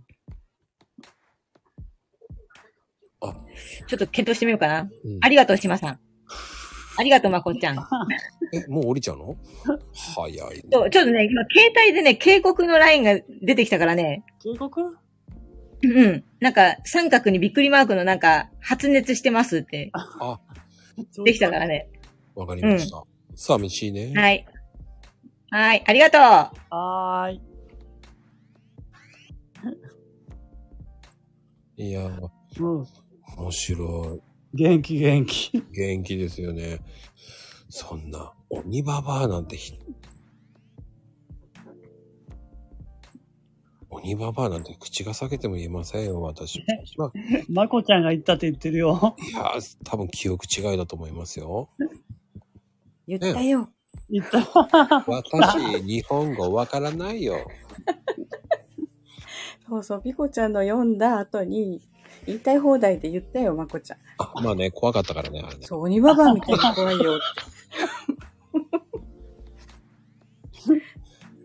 あちょっと検討してみようかな。うんありがとう、島さん。ありがとう、まこちゃん。え、もう降りちゃうの早いね。そう、ちょっとね、今、携帯でね、警告のラインが出てきたからね、警告うん。なんか、三角にびっくりマークのなんか、発熱してますって、あ、できたからね。わかりました。寂しいね。はい。はい、ありがとう。はーい。い、やー、うん。面白元気元気。い。元気ですよね。そんな、鬼ババアなんてひ、鬼ババアなんて口が裂けても言えませんよ、私。いまこちゃんが言ったって言ってるよ。やー、多分記憶違いだと思いますよ。言ったよ。言った。私、日本語わからないよ。そうそう、ピコちゃんの読んだ後に、言いたい放題で言ったよ、まこちゃん。あまあね、怖かったからね、あれね。そう、鬼ババアみたいに怖いよ。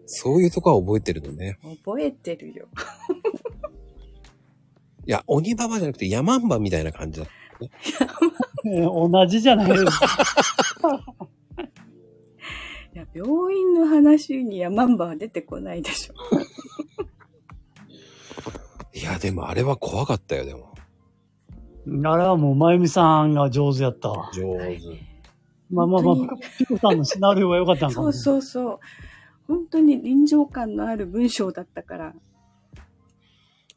そういうとこは覚えてるのね。覚えてるよ。いや、鬼ババアじゃなくてヤマンバみたいな感じだ。同じじゃないですか。いや、病院の話にヤマンバは出てこないでしょ。いや、でもあれは怖かったよ、でも。あれはもう、まゆみさんが上手やったわ。上はい手。まあまあまあ本、ピコさんのシナリオは良かったんかそもうねそうそう。本当に臨場感のある文章だったから。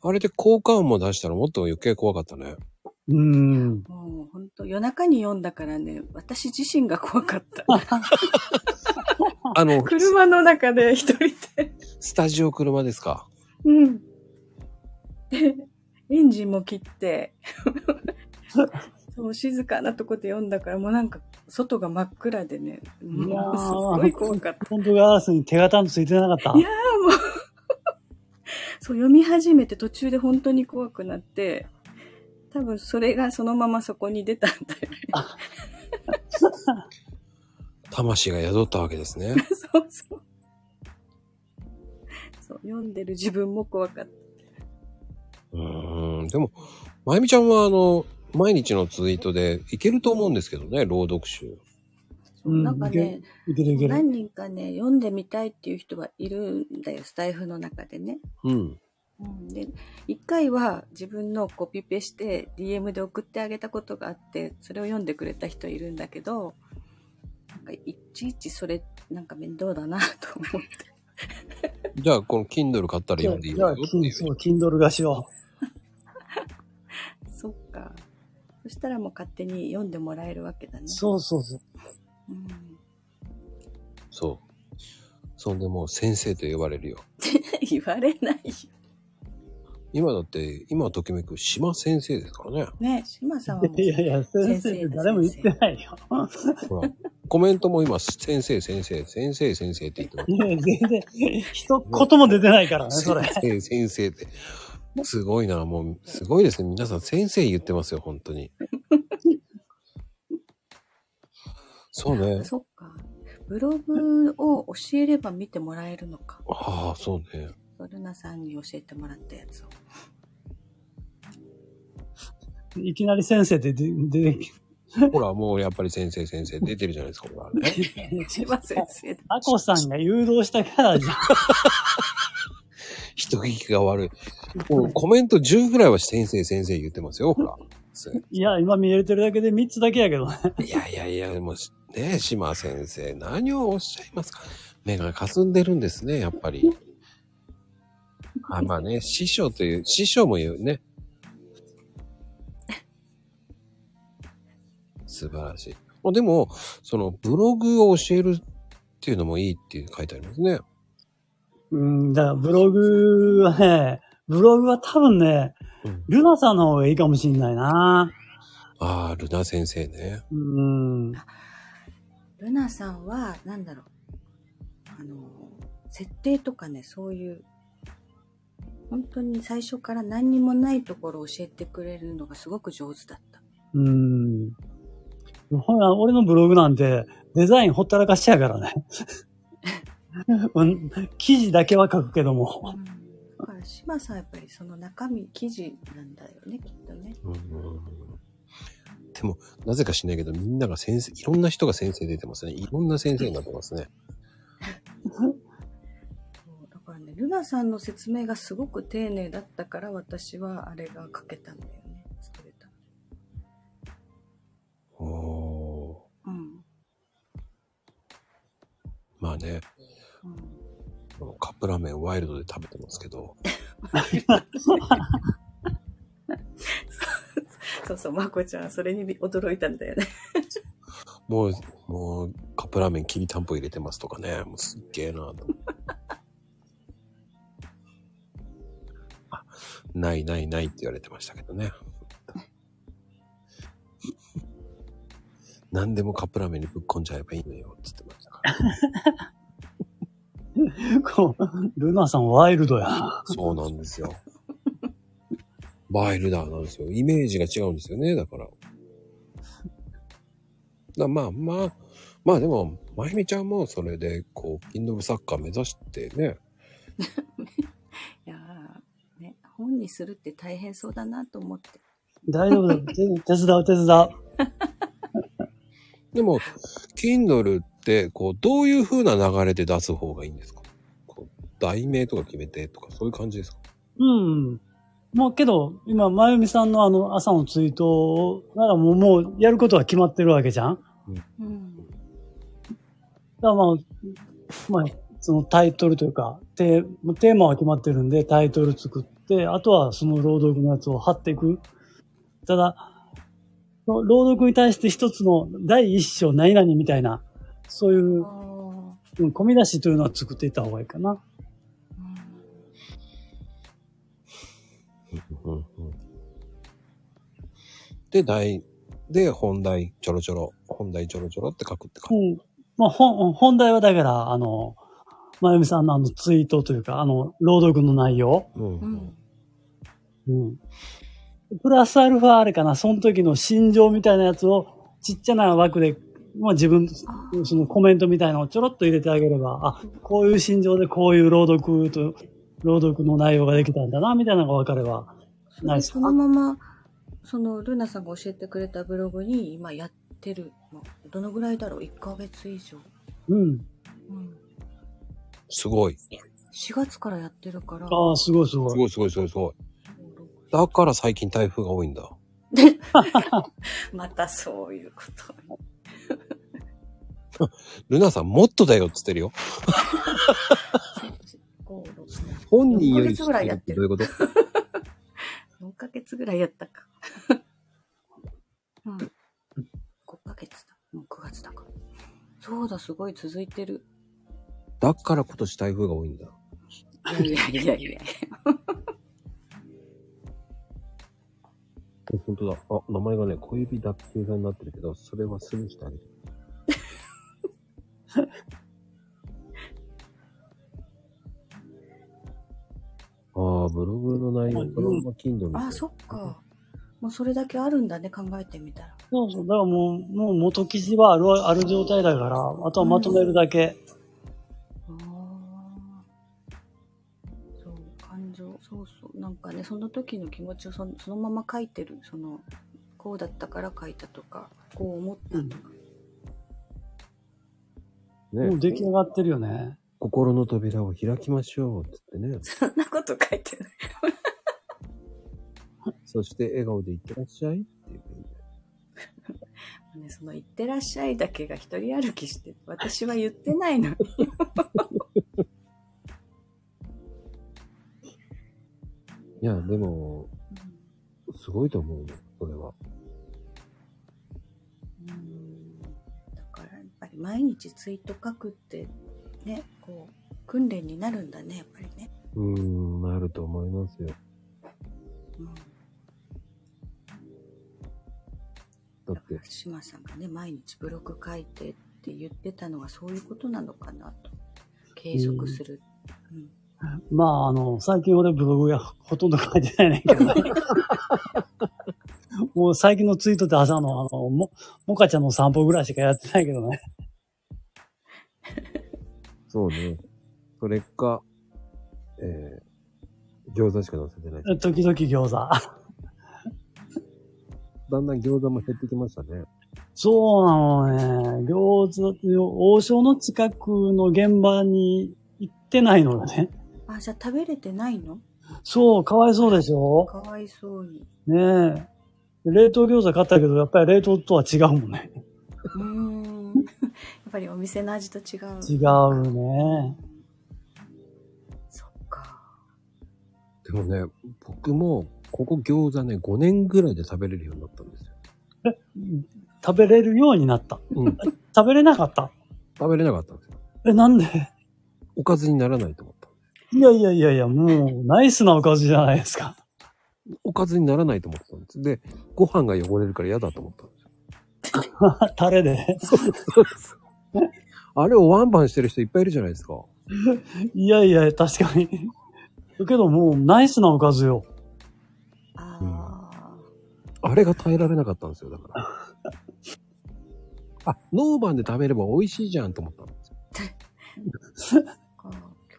あれで効果音も出したらもっと余計怖かったね。うん。もう本当、夜中に読んだからね、私自身が怖 かった。あの、車の中で一人で。スタジオ車ですか。うん。で、エンジンも 切って、そう、静かなとこで読んだから、もうなんか、外が真っ暗でね、もういやーすっごい怖かった。フォントガラスに手形のついてなかったい。やーもうそう、読み始めて途中で本当に怖くなって、多分それがそのままそこに出たんだよね。 魂が宿ったわけです ね。そうそう。そう、読んでる自分も怖かった。うーん。でも、まゆみちゃんはあの、毎日のツイートでいけると思うんですけどね、朗読集。そううんなんかね、いけるいける。何人かね、読んでみたいっていう人はいるんだよ、スタイフの中でね。うん。うん、で、一回は自分のコピペして DM で送ってあげたことがあって、それを読んでくれた人いるんだけど、 なんかいちいちそれ、なんか面倒だなと思って。じゃあ、この Kindle 買ったら読んでいいじゃよあ、ってキンいうそう、Kindle 貸しを。そっか。そしたらもう勝手に読んでもらえるわけだね。そうそうそう。うん。 そう。そんでもう先生と呼ばれるよ。言われないよ。今だって、今ときめく島先生ですからね。ね、島さんはもういやいや、先生って誰も言ってないよ。ほら。コメントも今、先生、先生、先生、先生って言ってます。ね全然、一言も出てないからね、 それ。先生、先生って。すごいな、もう、すごいですね。皆さん、先生言ってますよ、本当に。そうね。そっか。ブログを教えれば見てもらえるのか。ああ、そうね。ルナさんに教えてもらったやつを。いきなり先生って出出てきほら、もうやっぱり先生、先生出てるじゃないですか、ほらね。島先生だ。アコさんが誘導したからじゃん。人聞きが悪い。もうコメント10ぐらいは先生、先生言ってますよ、ほら。いや、今見れてるだけで3つだけやけどね。いやいやいや、もう、ねえ、島先生、何をおっしゃいますか。目が霞んでるんですね、やっぱり。あまあね、師匠という、師匠も言うね。素晴らしい。まあでも、その、ブログを教えるっていうのもいいって書いてありますね。うん、だからブログはね、ブログは多分ね、うんルナさんの方がいいかもしんないな。ああ、ルナ先生ね。うん。ルナさんは、なんだろう。あの、設定とかね、そういう、本当に最初から何にもないところを教えてくれるのがすごく上手だった。うん。ほら、俺のブログなんてデザインほったらかしやからね。 うん記事だけは書くけども。だから、島さんはやっぱりその中身、記事なんだよね、きっとね。うんでも、なぜか知んないけど、みんなが先生、いろんな人が先生出てますね。いろんな先生になってますね。そうだからね、ルナさんの説明がすごく丁寧だったから、私はあれが書けたんだよね。作れた。おーうん。まあね、うんカップラーメンワイルドで食べてますけど、そうそう、まこちゃん、それにび驚いたんだよね。もう、もう、カップラーメンきりたんぽ入れてますとかね、もうすっげえなと思って。あないないないって言われてましたけどね。何でもカップラーメンにぶっ込んじゃえばいいのよって言ってましたから。こうルナさんワイルドやな。そうなんですよ。ワイルダーなんですよ。イメージが違うんですよね、だから。だまあまあ、まあでも、まゆみちゃんもそれで、こう、キンドルサッカー目指してね、いやーね、本にするって大変そうだなと思って。大丈夫だよ。手手伝う手伝う。でも、Kindle って、こう、どういう風な流れで出す方がいいんですかこう題名とか決めてとか、そういう感じですかうん。もうけど、今、まゆみさんのあの朝のツイートならもう、もうやることは決まってるわけじゃんだかうん。らまあ、まあ、そのタイトルというか、テーテーマは決まってるんで、タイトル作って、あとはその朗読のやつを貼っていく。ただ、その朗読に対して一つの第一章何々みたいな、そういうあうん込み出しというのは作っていった方がいいかな。うんうんで、題、で、本題ちょろちょろ、本題ちょろちょろって書くってう感じ。ん。まあ、本、本題はだから、あの、まゆみさんのあのツイートというか、あの、朗読の内容。うんーうん。うん。プラスアルファあれかな、その時の心情みたいなやつを、ちっちゃな枠で、まあ自分、あそのコメントみたいなのをちょろっと入れてあげれば、あ、こういう心情でこういう朗読と、朗読の内容ができたんだな、みたいなのがわかれば。そナれイスそのまま、その、ルナさんが教えてくれたブログに今やってるの。どのぐらいだろう ?1 ヶ月以上。うん。うん。すごい。 4月からやってるから。ああ、すごいすごすい。ごいすごいすごいすごい。だから最近台風が多いんだ。またそういうこと。ルナさんもっとだよっつってるよ。こう、本人より4ヶ月ぐらいやってどういうこると4ヶ月ぐらいやったか。 うん。5ヶ月だ。もう9月だか。そうだ、すごい続いてる。だから今年台風が多いんだ。いやいやいやいや。え本当だ。あ、名前がね、小指脱臼剤になってるけど、それはすぐしてあ げて。ああ、ブログの内容、このまま Kindle に。あ、そっか。もうそれだけあるんだね、考えてみたら。そうそう。だからもう、もう元記事はある、ある状態だから、あとはまとめるだけ。ああ。そう、感情。そうそう。なんかね、その時の気持ちをそのそのまま書いてる。その、こうだったから書いたとか、こう思ったとか。ねもう出来上がってるよね。心の扉を開きましょうって言ってね。 そんなこと書いてない。そして笑顔でいってらっしゃいっていう感じで。ね、その、いってらっしゃいだけが一人歩きして、私は言ってないの。いや、でも、すごいと思うの、これは。うんだからやっぱり毎日ツイート書くってねこう訓練になるんだねやっぱりね、うーん、なると思いますよ。うん、だだっかてら、島さんがね毎日ブログ書いてって言ってたのはそういうことなのかなと継続する、うんまあ、あの、最近俺ブログがほとんど書いてないねんけど。もう最近のツイートって朝の、あの、も、もかちゃんの散歩ぐらいしかやってないけどね。そうね。それか、えー、餃子しか載せてない。時々餃子。だんだん餃子も減ってきましたね。そうなのね。餃子、王将の近くの現場に行ってないのよね。あじゃあ食べれてないのそう、かわいそうでしょかわいそうにねえ。冷凍餃子買ったけど、やっぱり冷凍とは違うもんね。うーん やっぱりお店の味と違う違うね。そっかでもね、僕も、ここ餃子ね、5年ぐらいで食べれるようになったんですよ。食べれるようになった。うん。食べれなかった。食べれなかったんですよ。え、なんでおかずにならないと思った。いやいやいやいや、もう、ナイスなおかずじゃないですか。 おかずにならないと思ってたんです。で、ご飯が汚れるから嫌だと思ったんですよ。タレで。あれをワンバンしてる人いっぱいいるじゃないですか。いやいや、確かに。けどもう、ナイスなおかずよ。あうあ、あれが耐えられなかったんですよ、だから。 あ、ノーバンで食べれば美味しいじゃんと思ったんですよ。そっか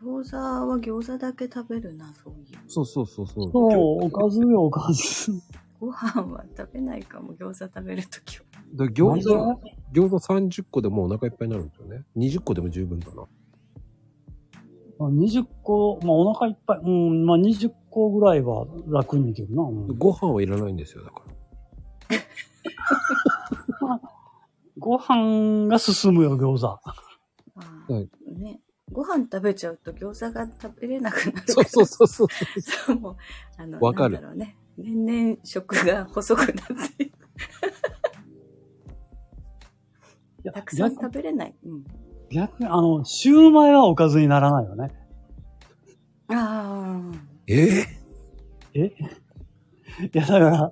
餃子は餃子だけ食べるなそういうそうそうそうそう。そう、おかずよ、おかず。ご飯は食べないかも、餃子食べるときは。だから餃子、餃子30個でもうお腹いっぱいになるんですよね。20個でも十分かな。まあ20個、まあお腹いっぱい、うん、まあ20個ぐらいは楽にいけるな。うんご飯はいらないんですよ、だから。ご飯が進むよ、餃子。あはいーね、ご飯食べちゃうと餃子が食べれなくなるから。そうそうそうそう。そうもうあの、わかるなんだろうね。年々食が細くなっていく、いやたくさん逆食べれない。うん。逆に、あの、シューマイはおかずにならないよね。ああ。 えいや、だから、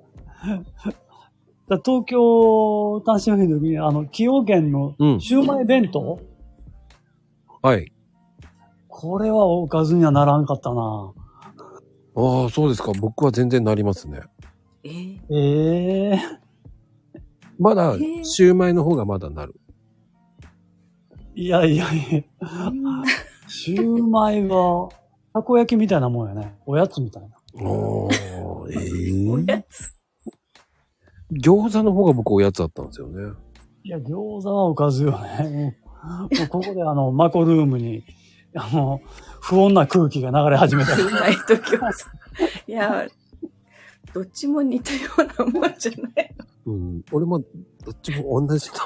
だから東京単身赴任の時に、あの、崎陽軒のうん。シューマイ弁当、はい。これはおかずにはならんかったな。ああ、そうですか。僕は全然なりますね。えー、ええまだへー、シューマイの方がまだなる。いやいやいうんや、シューマイは、たこ焼きみたいなもんよね。おやつみたいな。おー、えおー、やつ。餃子の方が僕おやつだったんですよね。いや、餃子はおかずよね。もうもうここであの、マコルームに、あの、不穏な空気が流れ始めた。うまいと餃子。いや、どっちも似たようなもんじゃないうん。俺も、どっちも同じと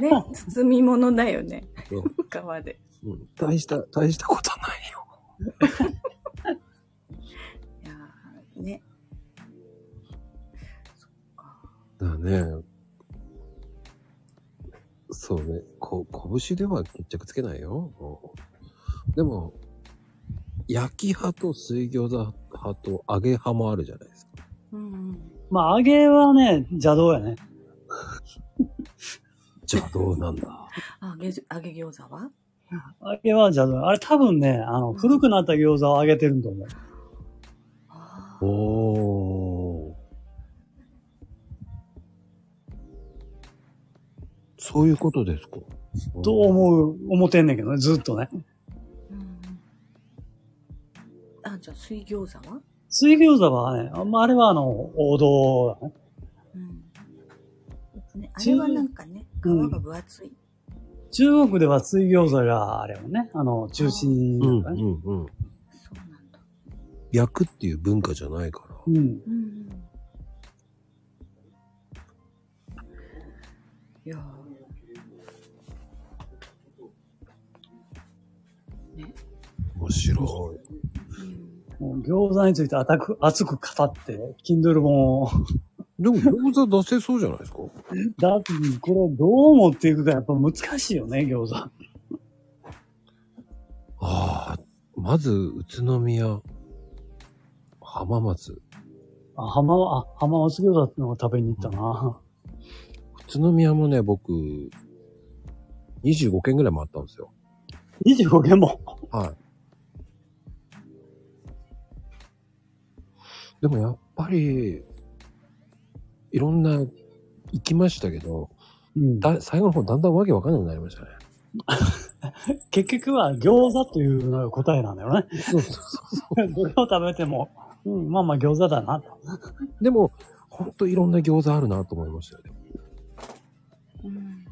思 のね。包み物だよね。うん皮で。う。うん、大した、大したことないよ。いやーね。そっか。だね。そうね。こ、拳では決着つけないよ。もうでも、焼き派と水餃子派と揚げ派もあるじゃないですか。うんうん。まあ、揚げはね、邪道やね。邪道なんだ。あ、揚げ、揚げ餃子は揚げは邪道。あれ多分ね、あの、古くなった餃子を揚げてるんと思う。あーおー。そういうことですか。と思う、思ってんねんけどね、ずっとね。うんうんあ、じゃあ水餃子は水餃子はね、あんまあれはあの、王道だね。うん。ね、あ水れはなんかね、皮うんが分厚い。中国では水餃子があれもね、あの、中心うんだね。うんうん。そうなんだ。焼くっていう文化じゃないから。うん。うんうん。いや面白い。ー、うん、もう餃子について熱く、熱く語って、Kindle 本を。 でも餃子出せそうじゃないですか。だって、これどう持っていくかやっぱ難しいよね、餃子。ああ、まず、宇都宮、浜松。あ、浜は、あ、浜松餃子ってのを食べに行ったな。宇都宮もね、僕、25軒ぐらい回ったんですよ。 25軒も。でもやっぱり、いろんな、行きましたけど、うん、だ最後の方だんだんわけわかんなくなりましたね。結局は餃子というのが答えなんだよね。 そうそうそどれを食べても、うん、まあまあ餃子だなと。うで も、ほんといろんな餃子あるなと思いましたよね。うん。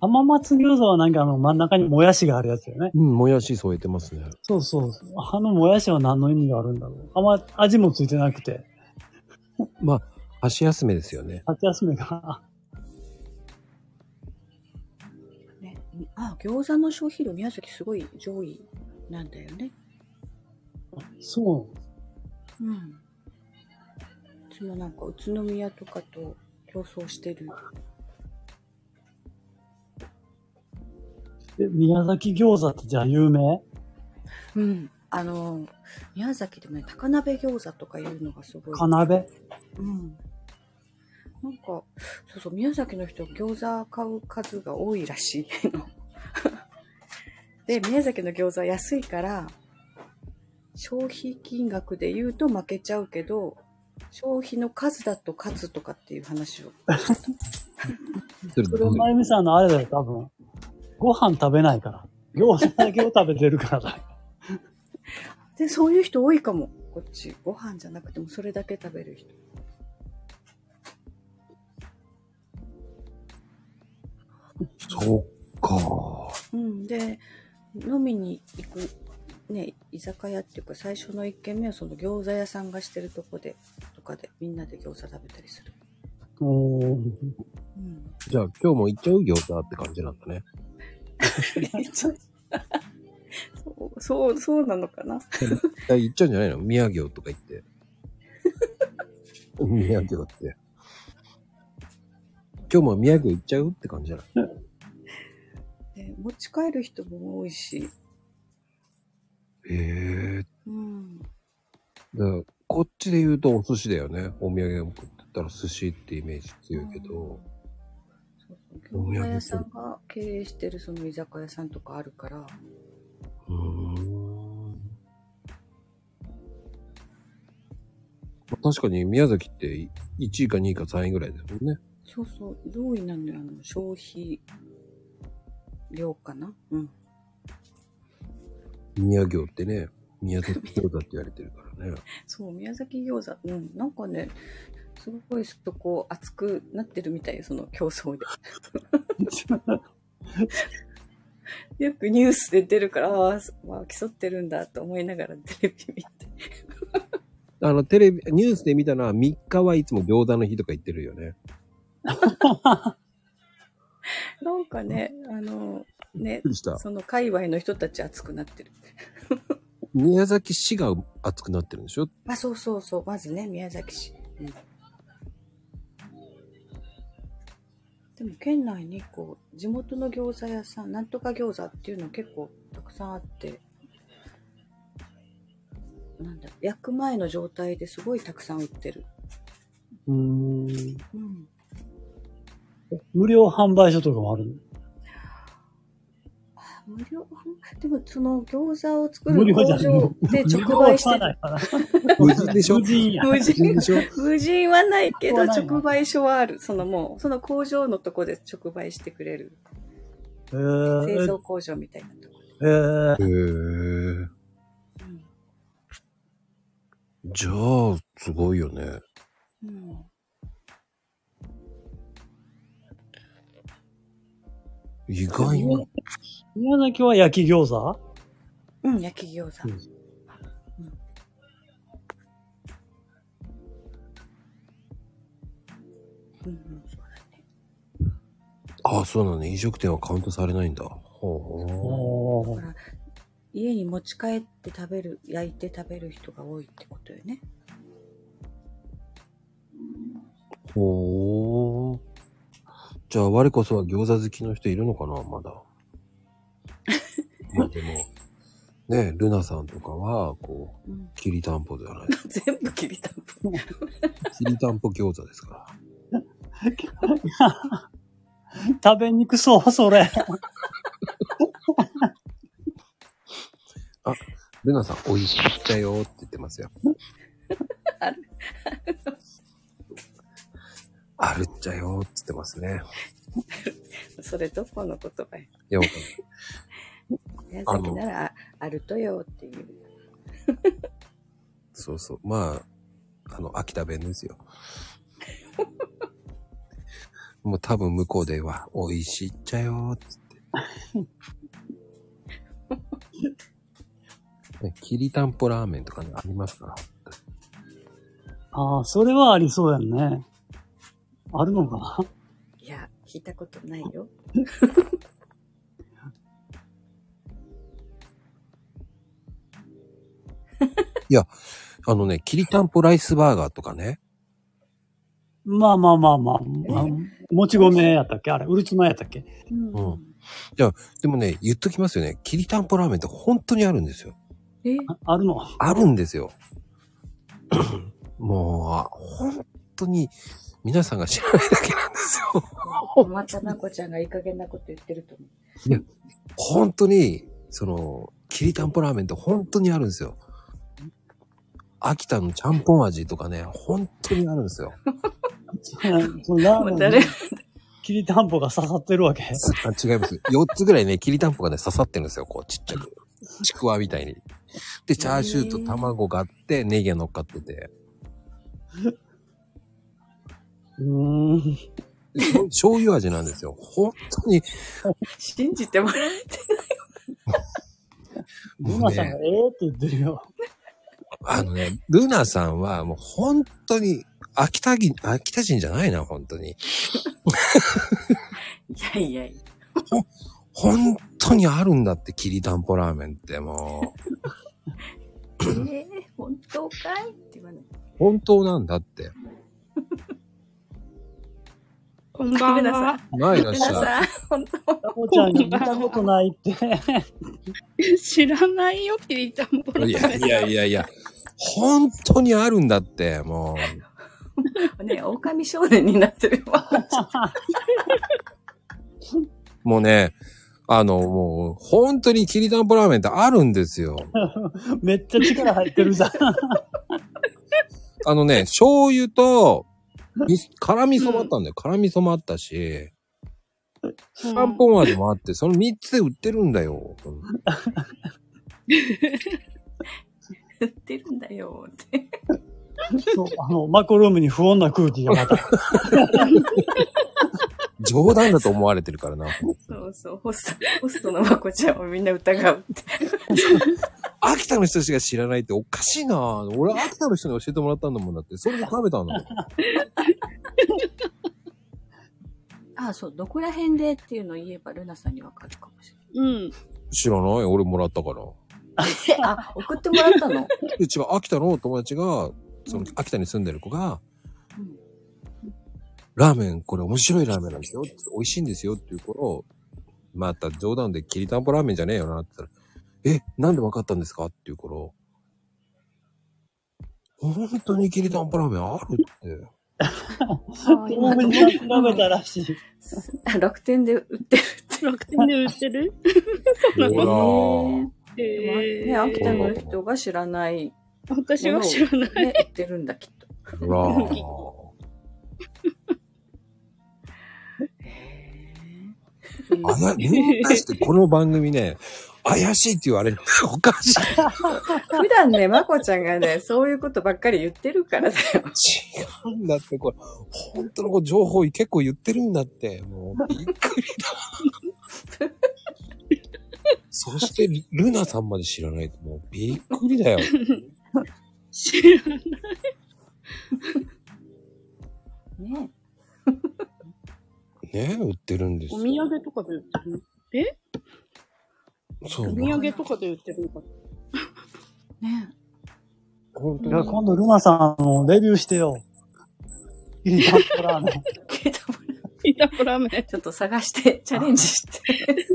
浜松餃子はなんかあの真ん中にもやしがあるやつだよね。うん、もやし添えてますね。そうそう。あのもやしは何の意味があるんだろう。あんま味もついてなくて、まあ、箸休めですよね。夏休みが。ね、あ、餃子の消費量、宮崎すごい上位なんだよね。そう。うん。いつもなんか宇都宮とかと競争してる。で宮崎餃子ってじゃあ有名うん。あの、宮崎でもね、高鍋餃子とかいうのがすごい。かなべうん。なんか、そうそう、宮崎の人、餃子買う数が多いらしいの。 で、宮崎の餃子は安いから、消費金額で言うと負けちゃうけど、消費の数だと勝つとかっていう話を。それそれ、まゆみさんのあれだよ、多分。ご飯食べないから。餃子だけを食べてるからだ。で、そういう人多いかも。こっち、ご飯じゃなくてもそれだけ食べる人。そっか。うん。で、飲みに行く、ね、居酒屋っていうか、最初の一軒目はその餃子屋さんがしてるとこで、とかで、みんなで餃子食べたりする。 おーうん。 じゃあ今日も行っちゃう餃子って感じなんだね。そう、そう、そうなのかな。 いや行っちゃうんじゃないの宮城とか行 って。宮城って。今日も宮城行っちゃうって感じじゃないね持ち帰る人も多いし。へえ。うん。だからこっちで言うとお寿司だよね。お土産でも食ってたら寿司ってイメージ強いけど。おそうそう。土産餃子屋さんが経営してるその居酒屋さんとかあるから。うーん。まあ確かに宮崎って1位か2位か3位ぐらいですもんね。そうそう。上位なのよ。あの、消費量かな。うん。宮城ってね、宮崎餃子って言われてるからね。そう、宮崎餃子。うん。なんかね、すごいそこ熱くなってるみたいよ。その競争で。よくニュースで出るから、あーまあ、競ってるんだと思いながらテレビ見て。あの、テレビ、ニュースで見たのは3日はいつも餃子の日とか言ってるよね。なんかね、あの、ねびっく、りした。その界隈の人たち熱くなってる。宮崎市が熱くなってるんでし ょあ、そうそうそう。まずね、宮崎市。うんでも県内にこう、地元の餃子屋さん、なんとか餃子っていうの結構たくさんあって、なんだ、焼く前の状態ですごいたくさん売ってる。うん。うん。無料販売所とかもあるあ無料 でもその餃子を作無る料工じゃ場ないで直売して無料は買わるないから無人でしょ無人や。無無人人 でしょ無人はないけどはないの直売所はあるそのもうその工場のとこで直売してくれるえ製ー造工場みたいなとこ、えへーえ。じゃあ、すごいよね。うんうん意外に。宮崎は焼き餃子うん、焼き餃子、うんうんうんそうだねああ、そうなの、ね。飲食店はカウントされないんだ。ほうほおー家に持ち帰って食べる焼いて食べる人が多いってことよね う。ほう。じゃあ、我こそは餃子好きの人いるのかなまだ。まあでも、ね、ルナさんとかは、こう、うんきりたんぽじゃない。全部きりたんぽきりたんぽ餃子ですから。食べにくそう、それ。ルナさん、美味しかったよって言ってますよ。 あるあるっちゃよって言ってますね。それどこの言葉やよう宮あ崎のならああるとよっていうそうそう。まあ、あの、秋田弁ですよ。 もう多分向こうでは、美味しいっちゃよーっつって。ねきりたんぽラーメンとかね、ありますから。 ああ、それはありそうやんね。あるのかないや聞いたことないよあのね、きりたんぽライスバーガーとかね。まあまあまあまあ。あもち米やったっけあれ、うるつまやったっけうん、うんでもね、言っときますよね。きりたんぽラーメンって本当にあるんですよ。えああるの あるんですよ。もう、本当に、皆さんが知らないだけなんですよ。またなこちゃんがいい加減なこと言ってると思う本当に、その、きりたんぽラーメンって本当にあるんですよ。秋田のちゃんぽん味とかね、本当にあるんですよ。そのラもうーメン誰にきりたんぽが刺さってるわけ。あ違います。4つぐらいね、きりたんぽがね、刺さってるんですよ。こう、ちっちゃく。ちくわみたいに。で、チャーシューと卵があって、ネギが乗っかってて。うーん。でしょ醤油味なんですよ。本当に。信じてもらえてルもうナさんがね、ええって言ってるよ。あのね、ルナさんはもう本当に、秋田人、秋田人じゃないな、本当に。いやいやいや本当にあるんだって、きりたんぽラーメンってもう。えー、本当かいって言わない本当なんだって。こんばごめんんなさは。ないらっ皆しゃい。さん本当タコちゃんが見たことないって。知らないよ、キリタンポラーいメやいンやいやいや、本当にあるんだって、もね狼少年になってるわう。もうね、あの、もう、本当にきりたんぽラーメンってあるんですよ。めっちゃ力入ってるじゃん。あのね、醤油と、み辛味噌もあったんだよ。辛味噌もあったし、うんちゃんぽん味もあって、その3つで売ってるんだよ。売ってるんだよってそう、あの、マコルームに不穏な空気がまた。冗談だと思われてるからな。そうそうホストホストのまこちゃんをみんな疑うって秋田の人たちが知らないっておかしいな俺秋田の人に教えてもらったんだもんだって。それで食べたんだもん。あそう、どこら辺でっていうのを言えば、ルナさんにわかるかもしうん。知らない俺もらったから。れない。 あ、送ってもらったのうちは秋田のお友達が、その秋田に住んでる子が、うんラーメン、これ面白いラーメンなんですよ。美味しいんですよっていう頃を、また冗談できりたんぽラーメンじゃねえよなって言ったら、え、なんで分かったんですかっていう頃、本当にきりたんぽラーメンあるって。そうもう今調べたらしい。あ楽天で売ってるって。楽天で売ってるほらねえね、秋ー。田の人が知らない、私は知らない。ね、売ってるんだ、きっと。ほ らあや、みんなしてこの番組ね、怪しいって言われる。おかしい。 普段ね、まこちゃんがね、そういうことばっかり言ってるからだよ。違うんだって、これ、本当のこう情報結構言ってるんだって、もうびっくりだ。そして、ルルナさんまで知らないと、もうびっくりだよ。知らない。ねね売ってるんですおよ。土産とかで売ってるそおう、土産とかで売ってるのか。ね本いや、当今度ルナさんのレビューしてよ。いいタンポラーメン。けどイタコラー メン。ちょっと探して、チャレンジして。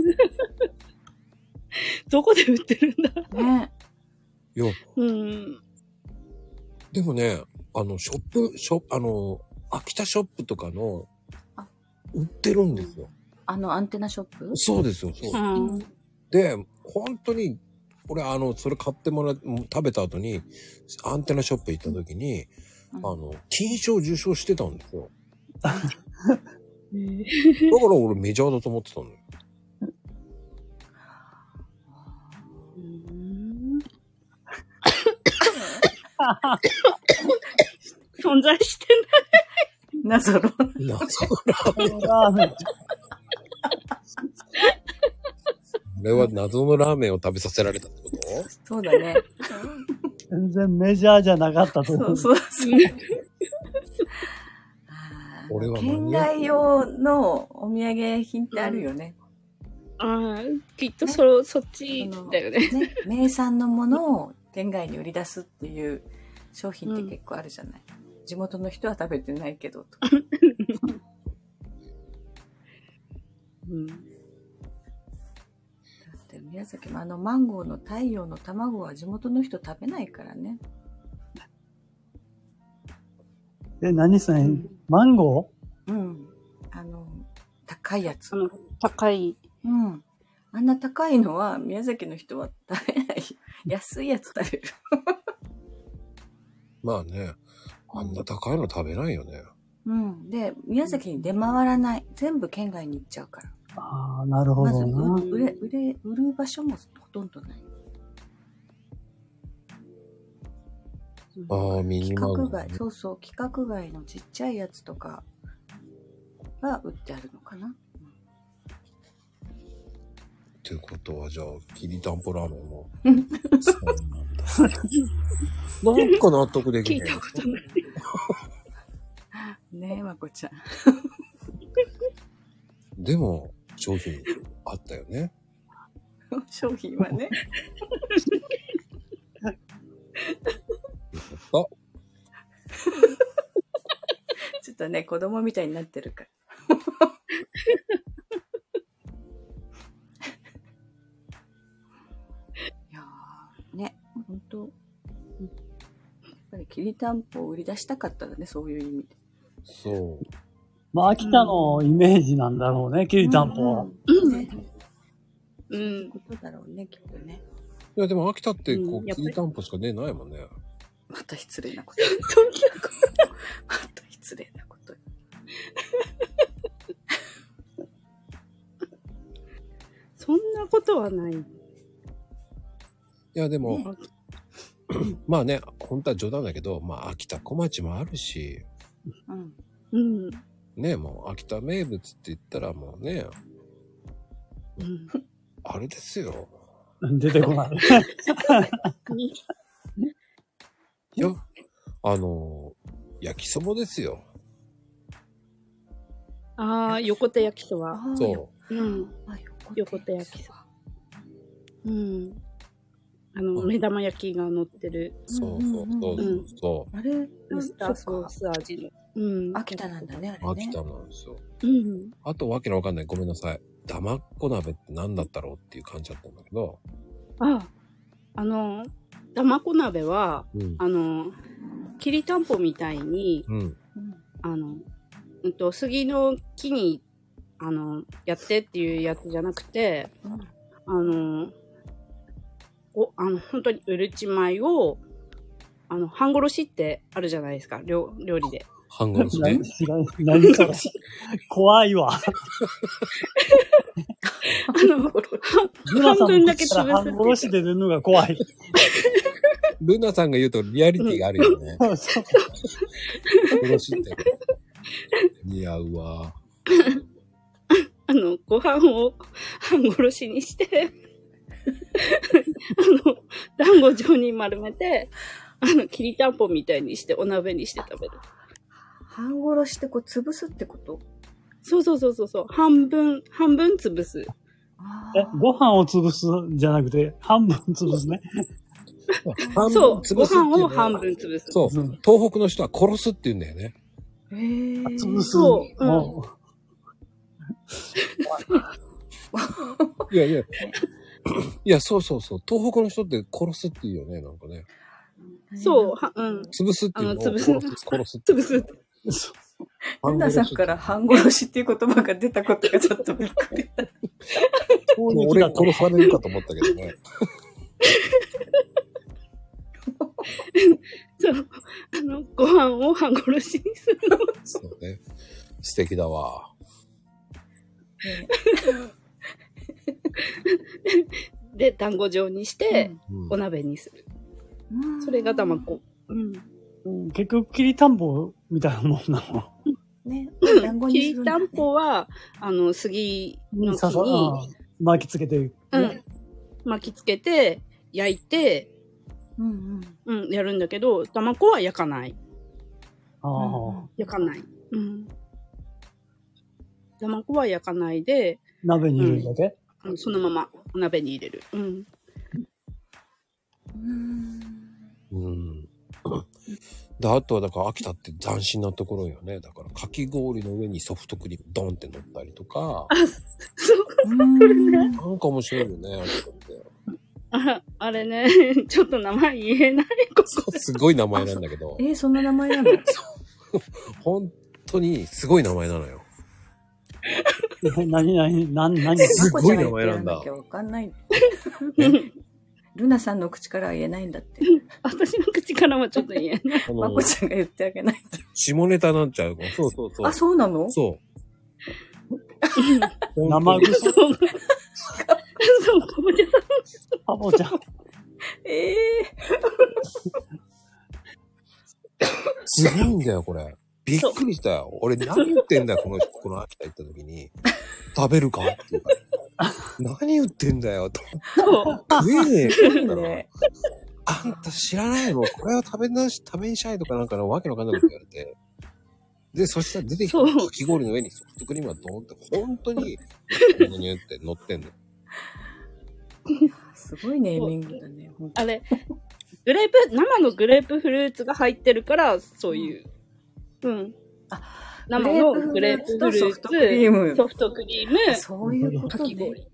どこで売ってるんだねに。いや、うん。でもね、あの、ショップ、ショップ、あの、秋田ショップとかのあ、売ってるんですよ。あの、アンテナショップそうですよ、そう。うん。で、本当に、俺、あの、それ買ってもら、食べた後に、アンテナショップ行った時に、うんあの、金賞受賞してたんですよ。えーだから俺メジャーだと思ってたのよ。うん存在してなぞろ。なんかタンポラーメン。俺は謎のラーメンを食べさせられたってことそうだね。全然メジャーじゃなかったとそ思うう。そうそう。ない。あ俺はー間に合う県外用のお土産品ってあるよね。ああ、きっとそ、そっちだよね。ね名産のものを県外に売り出すっていう商品って結構あるじゃない。地元の人は食べてないけどとか。 うん。だって宮崎もあのマンゴーの太陽の卵は地元の人食べないからね。え、何それマンゴうん。あの、高いやつあ。の、高い。うん。あんな高いのは宮崎の人は食べない。安いやつ食べる。まあね、あんな高いの食べないよね。うん。で、宮崎に出回らない。全部県外に行っちゃうかーら。ああ、なるほまずどな。売れ、売れ、売る場所もほとんどない。ああ、ミニ規マム、格ね外、。そうそう、規格外のちっちゃいやつとかが売ってあるのかな。ってことは、じゃあ、きりたんぽラーメンも。うそうんなんだ。なんか納得で聞きいないた。ことない。ねえ、まこちゃん。でも、商品あったよね。商品はね。あ、ちょっとね、子供みたいになってるから。いやー、ね、ほんと。やっぱりきりたんぽを売り出したかったらね、そういう意味で。そう。まあ、秋田のイメージなんだろうね、きりたんぽは。うんねう。そういうんことだろうね、きっとね。いや、でも秋田って、こうう、んやきっぱりりたんぽしかね、ないもんね。また失礼なこと。そんなこまた失礼なこと。そんなことはない。いや、でも、ね まあね、本当は冗談だけど、まあ、秋田小町もあるし、うん。うん。ね、もう秋田名物って言ったらもうね、うんあれですよ。 出てこない。いや、あの、焼きそばですよ。ああ、横手焼きそば。あーそうん。あ横手焼きそば。うん。あの、目玉焼きが乗ってる。う、そうそう、そううんうんそあれウスターそソうーかス味の。うん。秋田なんだねう、あれね秋田なんですよ。うん。あとわけのわかんない。ごめんなさい。だまっこ鍋って何だったろうっていう感じだったんだけど。あ、あの、卵鍋は、うん。あの、きりたんぽみたいに、うん。うんあの、うんと、杉の木に、あの、やってっていうやつじゃなくて、うんあの、お、あの、本当にうるち米を、あの、半殺しってあるじゃないですか、料 料理で。半殺しね何。何それ 怖いわ。あの、ルナさん半分のだけ口から潰すってい半殺しでう出るのが怖い。ルナさんが言うとリアリティがあるよね。そうそう殺しって。似合うわ。あの、ご飯を半殺しにして、あの、団子状に丸めて、あの、きりたんぽみたいにして、お鍋にして食べる。半殺しってこう潰すってことそうそうそうそうそう。半分、半分潰す。あえご飯を潰すんじゃなくて、半分潰すね。半そう潰。すっていごうの飯をは半分潰す。そうう。ん東北の人は殺すって言うんだよね。へえ潰す。そううんもいやいや。いや、そうそうそう。東北の人って殺すって言うよね、なんかね。そう。は、うん。潰すっていうのをあの殺潰すす、殺すって。潰す。うそうルナさんから半殺しっていう言葉が出たことがちょっとびっくり。攻もう撃俺だがと殺されるかと思ったけどね。そう。あの、ご飯を半殺しにするの。 そうね。素敵だわ。で、団子状にして、うんお鍋にする。うんそれが卵。うん。うん結局、きりたんぼみたいなもんなの。ね。団子きにするりんただねんぽは、あの、杉の木ささに、うん巻きつけて、うん。巻きつけて、焼いて、うんうん。うん、やるんだけど、卵は焼かない。ああ焼かない。うん。卵は焼かないで、鍋に入れるだけ、あのそのままお鍋に入れる。うん。うんうん。で、あとはだから秋田って斬新なところよね。だからかき氷の上にソフトクリームドンって乗ったりとか、そう。 うんなんか面白いよね、秋田って。あ あれね、ちょっと名前言えない。ここすごい名前なんだけど、え、そんな名前なの本当にすごい名前なのよ。何何何何すごい名前なんだまこちゃ言ってやらなきゃわかんない。うん ルナさんの口からは言えないんだって。私の口からはちょっと言えない。 あまのこ、ちゃんが言ってあげない下ネタなんちゃうそうそうと。そあ、う。そうなのそう。生臭そう。そう、かぼちゃさん。あぼちゃん。ええすごいんだよ、これ。びっくりしたよ。俺何言ってんだよ、この人、この秋田行った時に。食べるかっていうから。何言ってんだよ、と。そう。食えねえすよごっいてなね。あんた知らないのこれを食べなし、食べにしゃいとかなんかのわけのわかんないこと言われて。で、そしたら出てきたそうかき氷の上にソフトクリームがドーンって、本当に、ここにって乗ってんの。すごいネーミングだね。ほんとあれ、グレープ、生のグレープフルーツが入ってるから、そういう。うん。生のグレープフルーツ、グレープフルーツとソフトクリームソフそトクリーム、ういうこかときで。氷。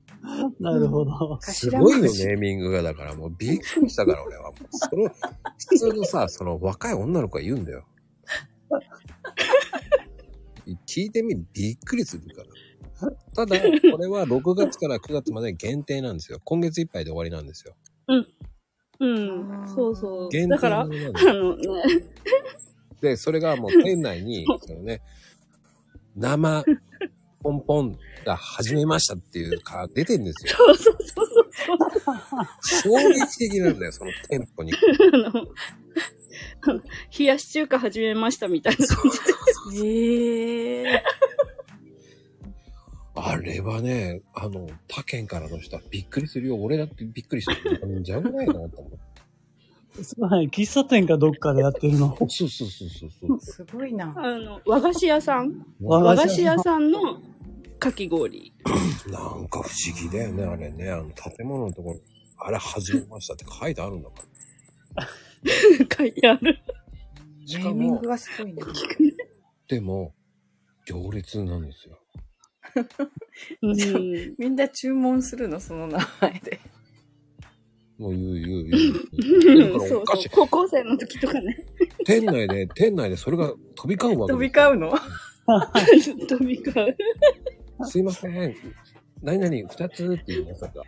なるほど。すごいよ、 頭文字ネーミングが。だからもうびっくりしたから俺は。もうその、普通のさ、その若い女の子が言うんだよ。聞いてみる、びっくりするから。ただ、これは6月から9月まで限定なんですよ。今月いっぱいで終わりなんですよ。うん。そうそう。限だ定から、なあのなんでのね、で、それがもう店内に、そのね、生ポンポンが始めましたっていうか出てんですよ。そうそうそうそう。衝撃的なんだよ、その店舗に。あの、 冷やし中華始めましたみたいな感じで。ええあれはね、あの、他県からの人はびっくりするよ。俺だってびっくりした。なんじゃんないかなと思う。すごい、喫茶店かどっかでやってるの。そうそうそうそうそう。すごいな。あの、和菓子屋さん和和菓菓子子屋屋さんのかき氷。 なんか不思議だよね、あれね。あの建物のところ、あれ始めましたって書いてあるんだから。書いてある。ネしかーミンもグ、がすごいな。でも、行列なんですよ。うん。みんな注文するの、その名前で。もう言う言う言う。だかそらうおそかうしい。。高校生の時とかね。店内で、店内でそれが飛び交うわけ飛びですよ交うの飛び交う。すいません。何々、二つって言いましたか。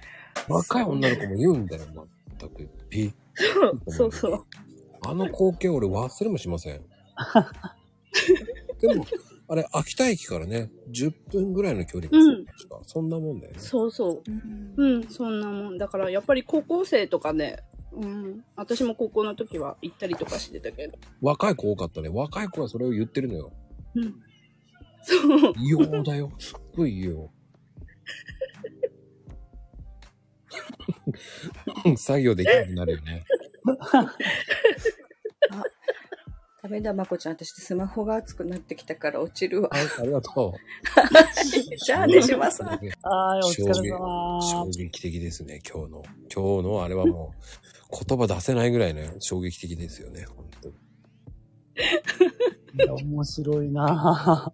若い女の子も言うんだよ、まったく。びそうそう。あの光景俺忘れもしません。でも、あれ、秋田駅からね、10分ぐらいの距離ですようん確かそんなもんだよね。そうそう。うん、そんなもん。だから、やっぱり高校生とかね、うん、私も高校の時は行ったりとかしてたけど。若い子多かったね。若い子はそれを言ってるのよ。うん。そう。異様だよ。すっごい異様。作業できなくなるよね。ダメだ、まこちゃん。私、スマホが熱くなってきたから落ちるわ。はい、ありがとじゃあね、島さん。う。はい、お疲れ衝様。撃的ですね、今日の。今日のあれはもう、言葉出せないぐらいね、衝撃的ですよね、本当に。いや面白いな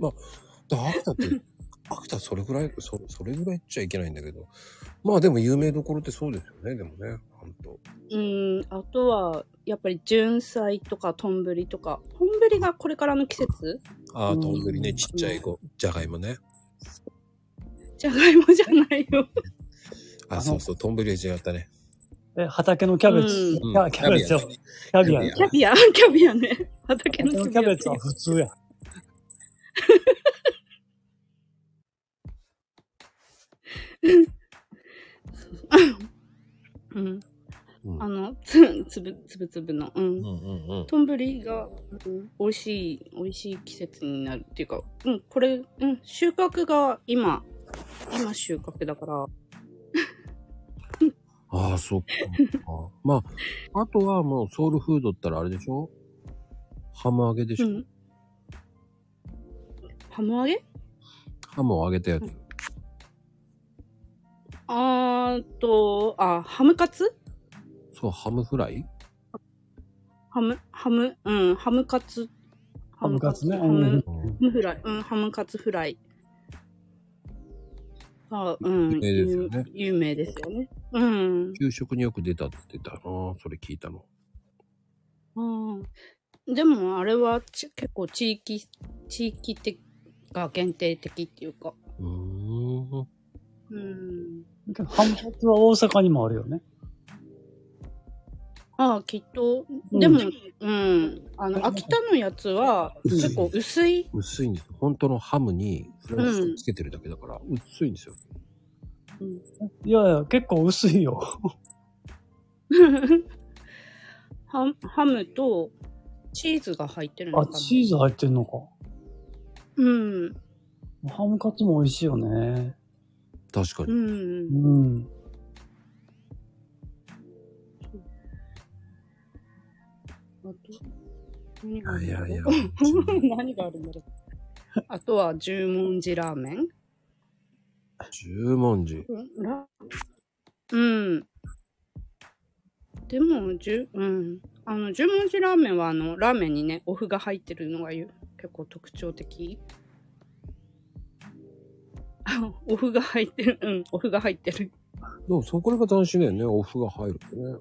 だ秋田って、秋田それぐらい、そそれぐらいっちゃいけないんだけど。まあでも有名どころってそうですよね、でもね、本当うん、あとは、やっぱり、純菜とか、とんぶりとか。とんぶりがこれからの季節ああ、うんとんぶりね、ちっちゃい子、じゃがいもね。じゃがいもじゃないよ。あ、そうそう、とんぶりは違ったね。え、畑のキャベツ。うんキャキャベツよ。キャビア。キャビキアキャビア、キャビアね。畑のャベツは普通や。うん。うん。うあんの、つ、つぶ、つぶつぶの。うう。んんうん。とんぶりが、うん美味しい、美味しい季節になるっていうか、うん、これ、うん、収穫が今、今収穫だから、ああ、そっか。まあ、あとはもうソウルフードったらあれでしょハム揚げでしうょ、ん。ハム揚げハムを揚げたやつ。あーと、あ、ハムカツそう、ハムフライハム、ハム、うん、ハムカツ。ハムカツね。ハうムん、うんハムフライ。うん、ハムカツフライ。あうん、有名ですよね有有名ですよね。うん。給食によく出たって言ってたなそれ聞いたの。うん、でもあれはち結構地域、地域的が限定的っていうか。うーん。うん。ハムカツは大阪にもあるよね。ああ、きっと。うんでも、うん、あの、秋田のやつは薄い結構薄い。薄いんですよ。本当のハムにフライスつけてるだけだから、薄いんですよ。いやいや、結構薄いよ。ハハムとチーズが入ってるのあ、かな。チーズ入ってんのか。うん。ハムカツも美味しいよね。確かう。に。うんん。あと何があいやいやる。の 何があるんだろう。あとは十文字ラーメン。十文字。うん。でも、じゅ、うん。あの、十文字ラーメンは、あの、ラーメンにね、お麩が入ってるのがゆ結構特徴的。 あ、お麩が入ってる。うん、お麩が入ってる。でもそこらが斬新だよね。お麩が入るってね。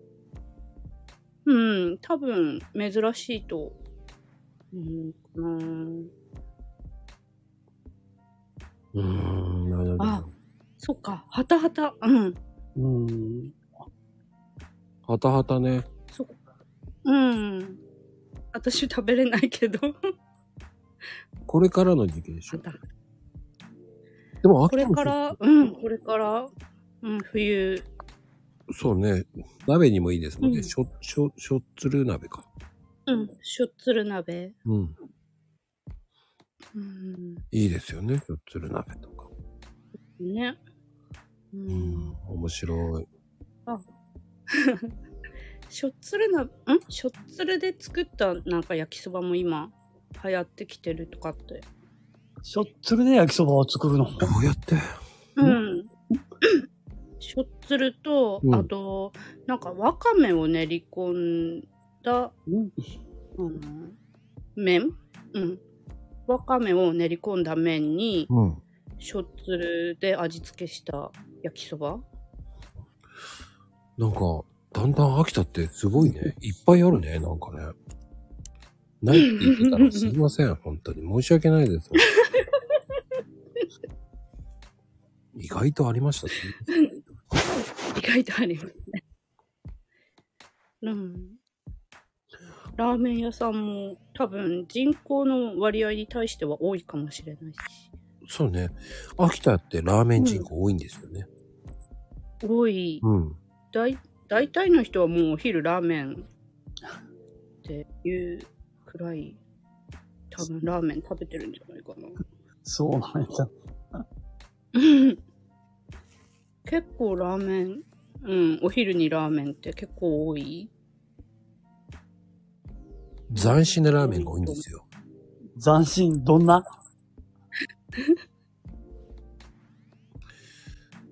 うん、多分、珍しいと、うん、かなうーん。なるほどあそっか、はたはた、うん、うん。はたはたね。そっか。うん。私食べれないけど。これからの時期でしはょ。たでも秋田これの人から、うん、これから、うん、冬。そうね。鍋にもいいですもんね。うんしょ、しょ、しょっつる鍋か。うん、しょっつる鍋。うん。うん、いいですよね。しょっつる鍋とか。ね。ううんん。。面白い。しょっつるな、んしょっつるで作ったなんか焼きそばも今流行ってきてるとかって。しょっつるで焼きそばを作るの。どうやってうん。しょっつると、うんあと、なんかわかめを練り込んだ、あの、麺うん。わかめを練り込んだ麺に、うん。しょっつるで味付けした焼きそばなんか、だんだん秋田ってすごいね。いっぱいあるね、なんかね。ないって言ってたらすいません、 本当に。申し訳ないです。 意外とありました。すいません意外とありますね。うん。ラーメン屋さんも多分人口の割合に対しては多いかもしれないし。そうね。秋田ってラーメン人口多いんですよね。多い。うん。だい大体の人はもうお昼ラーメンっていうくらい多分ラーメン食べてるんじゃないかな。そうなんだ。結構ラーメン、うん、お昼にラーメンって結構多い。斬新なラーメンが多いんですよ。斬新、どんな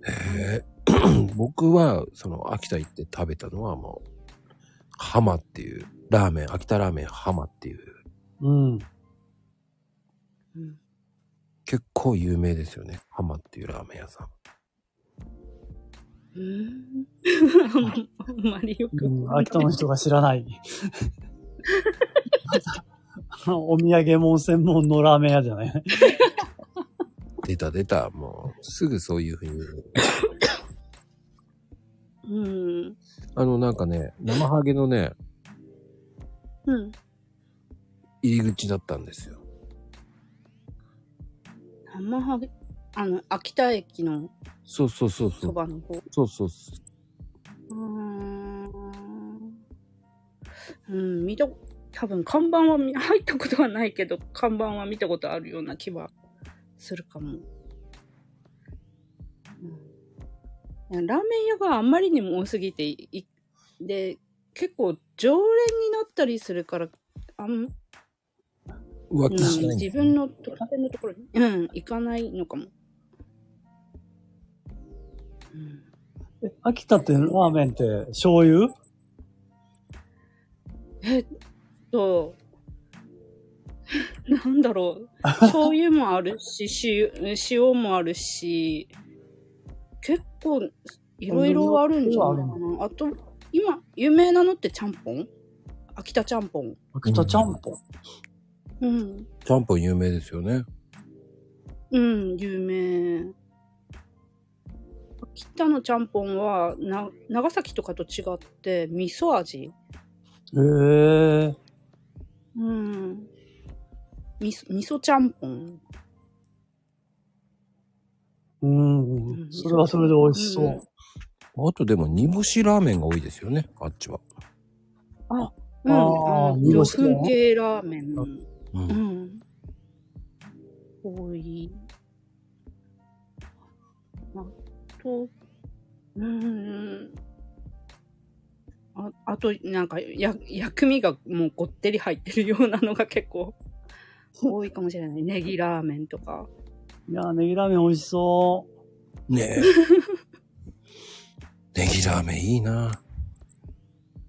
へえ 僕は、その、秋田行って食べたのはもう、浜っていう、ラーメン、秋田ラーメン浜っていう、うん。うん結構有名ですよね。浜っていうラーメン屋さん。うーんあんまりよくうん、わかんない秋田の人が知らない。 あのお土産もん専門のラーメン屋じゃない。出た出た、もう、すぐそういうふうに言う。うん。あの、なんかね、生ハゲのね、うん。入り口だったんですよ。生ハゲ、あの、秋田駅のそうそうそうそ。そうばの方。そうそうそうーん。うん、見た、多分看板は見入ったことはないけど、看板は見たことあるような気はするかも。うんいや、ラーメン屋があんまりにも多すぎて、いで、結構常連になったりするから、あんう。浮気しうん、ないんだ自分のと家庭のところに、うん、行かないのかも。うん、え秋田ってラーメンって醤油えっと、 なんだろう。醤油もある し、塩塩もあるし、結構いろいろあるんじゃないかな。あと、今、有名なのってちゃんぽん秋田ちゃんぽん。秋田ちゃんぽん。うん。ちゃんぽん有名ですよね。うん、有名。秋田のちゃんぽんは、な、長崎とかと違って、味噌味。へえ。うん。味噌、味噌ちゃんぽん。うんうん。それはそれで美味しそう。うんあとでも、煮干しラーメンが多いですよね、あっちは。うん。あーの煮魚干しね粉系ラーメン。う。うんん。多い。あと、うん。ああと、なんか、や、薬味がもうごってり入ってるようなのが結構 多いかもしれない。ネギラーメンとか。いやー、ネギラーメン美味しそねえ。 ネギラーメンいいな。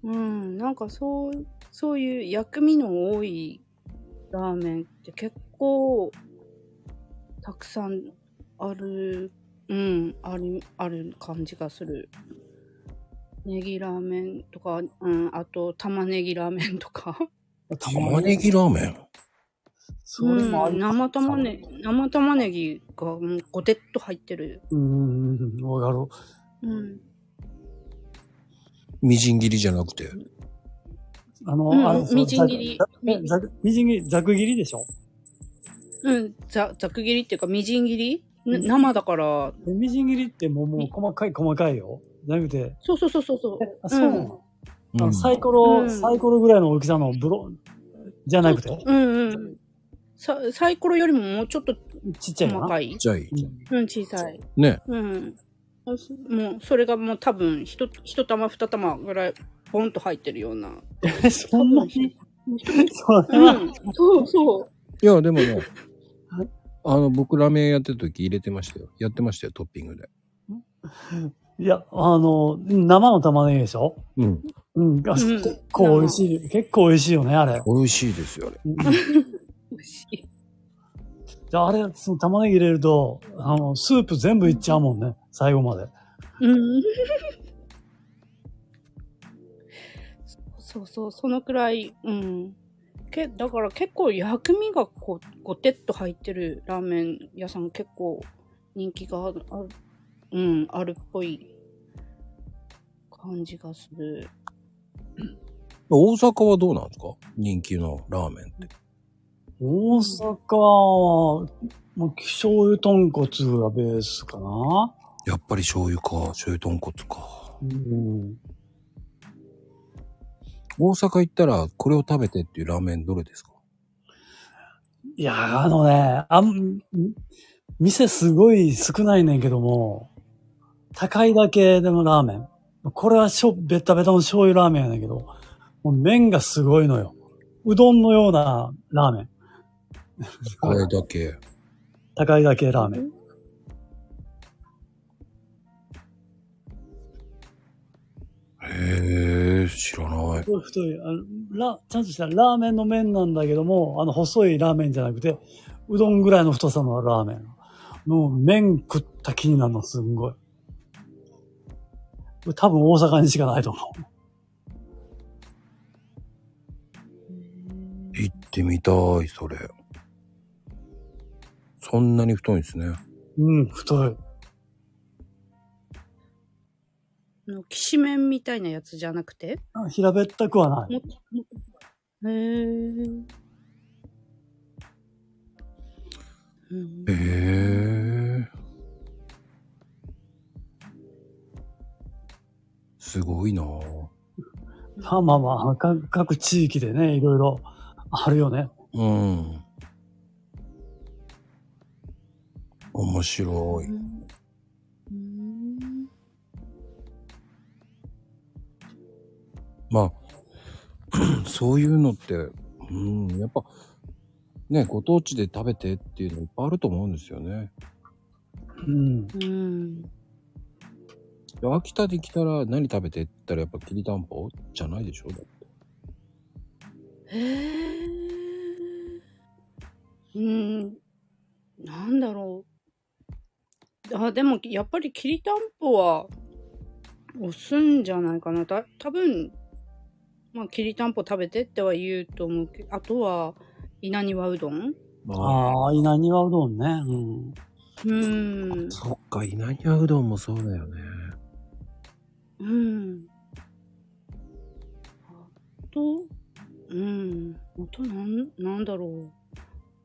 うん。なんかそう、そういう薬味の多いラーメンって結構、たくさんある、うん、ある、ある感じがする。ネギラーメンとか、うん、あと玉ねぎラーメンとか。う。玉ねぎラーメン。それもあうりん、か生玉ねぎ、生玉ねぎがうんごてっと入ってる。うんうんうん。わかる。うん。みじん切りじゃなくて。あの、うんあれみじん切りざざざみじん切り、ざく切りでしょうん、ざ、ざく切りっていうか、みじん切り、なうん生だから、えみじん切りってもう、もう細かい細かいよ。じゃなくて、そうそうそうそうそう。えあ、そうなの、あうのんサイコロ、うんサイコロぐらいの大きさのブロ、じゃなくて、うんうん。さサイコロよりももうちょっとちっちゃい細な。かい。じゃあいい。うん、小さい。ねうん。もう、それがもう多分、ひと、一玉二玉ぐらいポンと入ってるような。そんなに、それうは、ん、そうそう。いや、でもねはい、あの、僕ラーメン屋やってる時入れてましたよ。やってましたよ、トッピングで。いや、あの、生の玉ねぎでしょうん。うん、あ結構美味しい。結構美味しいよね、あれ。美味しいですよ、あれ。 うん美味しい。であれ、その玉ねぎ入れると、あの、スープ全部いっちゃうもんね、最後まで。うん。そうそう、そのくらい、うん。け、だから結構薬味がこう、ごてっと入ってるラーメン屋さん結構人気がある、あるうん、あるっぽい感じがする。大阪はどうなんですか人気のラーメンって。大阪は、もう、醤油豚骨がベースかな。やっぱり醤油か、醤油豚骨か。うん。大阪行ったら、これを食べてっていうラーメンどれですかいや、あのね、あん、店すごい少ないねんけども、高いだけでのラーメン。これはしょ、ベタベタの醤油ラーメンやねんけど、もう麺がすごいのよ。うどんのようなラーメン。これだけ。 高いだけラーメン。へえ、知らない。すごい太いあのラ。ちゃんとしたラーメンの麺なんだけども、あの、細いラーメンじゃなくて、うどんぐらいの太さのラーメン。の麺食った気になるの、すんごい。これ多分大阪にしかないと思行ってみたい、それ。そんなに太いんですね。う。うん、太い。あの、きしめんみたいなやつじゃなくてあ平べったくはない。もっと、もっと。へー。うんへえ。すごいなぁまあまあまあ、か各地域でね、いろいろあるよね。うん。面白い。うんまあ、 そういうのって、うん、やっぱ、ね、ご当地で食べてっていうのいっぱいあると思うんですよね。うん。うん。で秋田で来たら何食べてって言ったらやっぱきりたんぽじゃないでしょだってへーうん。なんだろう。あ、でも、やっぱりきりたんぽは、押すんじゃないかな。た、多分まあ、きりたんぽ食べてっては言うと思うけど、あとは、稲庭うどんああ、稲庭うどんね。うん。うん。そっか、稲庭うどんもそうだよね。うん。あと、うん。あと、なん、なんだろ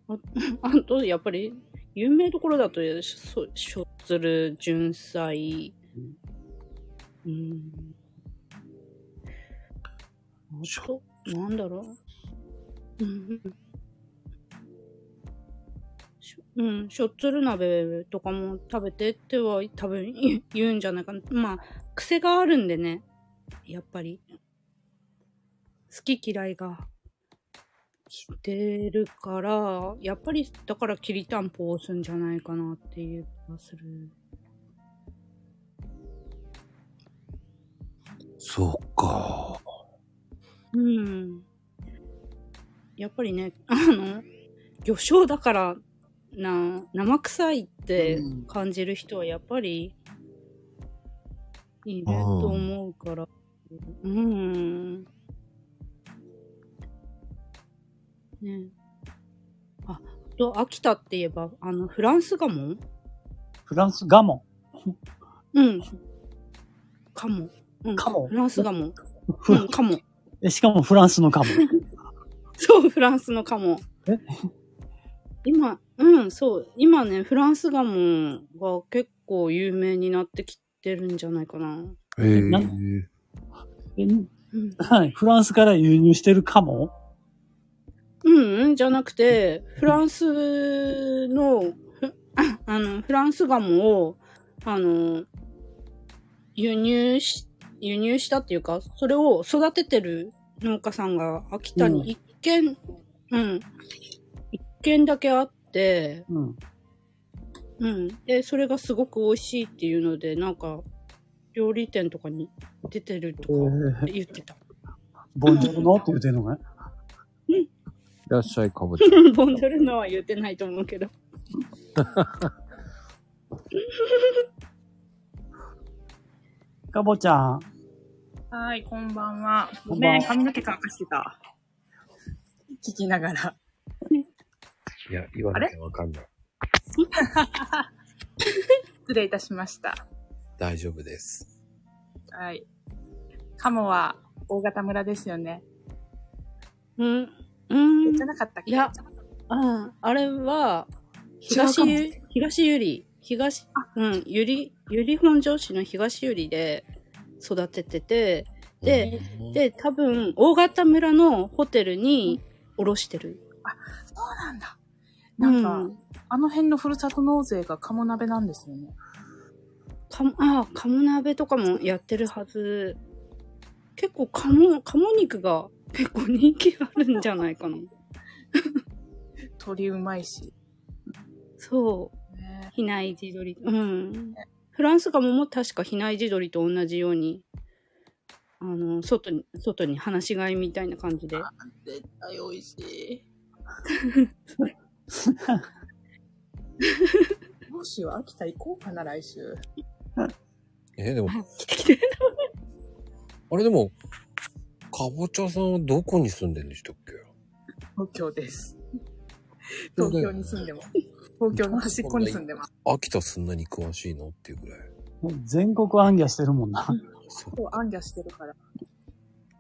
う。ああと、やっぱり、有名どころだと、しょしょっつる、純菜。うん。あと、なんだろう。うん。しょうん、しょっつる鍋とかも食べてっては多分言う言うんじゃないかな。まあ、癖があるんでね。やっぱり。好き嫌いが出るから、やっぱり、だからきりたんぽを押すんじゃないかなっていう気がする。そっか。うん。やっぱりね、あの、魚醤だから、な、生臭いって感じる人はやっぱり、いると思うから。うん。ねあ、あと、秋田って言えば、あの、フランスガモンフランスガモうん。カモ。うん、ン。カモフランスガ モン。ふうん、カモ。えしかもフランスのカモン。そう、フランスのカモ。え今、うん、そう。今ね、フランスガモが結構有名になってきてるんじゃないかな。へえ。なえうん、はいフランスから輸入してるカモンうん、うん、じゃなくて、フランスの、ふ あの、フランスガモを、あの、輸入し、輸入したっていうか、それを育ててる農家さんが秋田うんに一軒、うん、一軒だけあって、うん。うん。で、それがすごく美味しいっていうので、なんか、料理店とかに出てるとか言ってた。 ボンジョルノって言うてん のね。らっしゃい、かぼちゃ。ボンジョルノは言ってないと思うけど。かぼちゃん。はい、こんばんは。こごんばんはめん、髪の毛乾かしてた。聞きながら。 いや、言わなきゃわかんない。失礼いたしました。大丈夫です。はい。カモは大型村ですよね。うん。うんじ。ゃなかったっけいや、ああれは、違う東かもゆ、東ゆり、東、うん、ゆり、ゆり本城市の東ゆりで育ててて、でうん、で、多分、大型村のホテルにおろしてる。そうなんだ。なんか、うん、あの辺のふるさと納税がカモ鍋なんですよね。かも、ああ、鴨鍋とかもやってるはず。結構鴨、鴨肉が結構人気あるんじゃないかな。鳥うまいし。そう。ね、比内地鶏。うん。フランスガモも確か比内地鶏と同じように、あの、外に、外に放し飼いみたいな感じで。絶対美味しい。どうしよう、秋田行こうかな、来週。え、でも、来て来て。あれでも、かぼちゃさんはどこに住んでるんでしたっけ東京です。東京に住んでも。東京の端っこに住んでます。秋田そんなに詳しいのっていうぐらい。全国暗夜してるもんな。そう。こう、暗夜してるから。い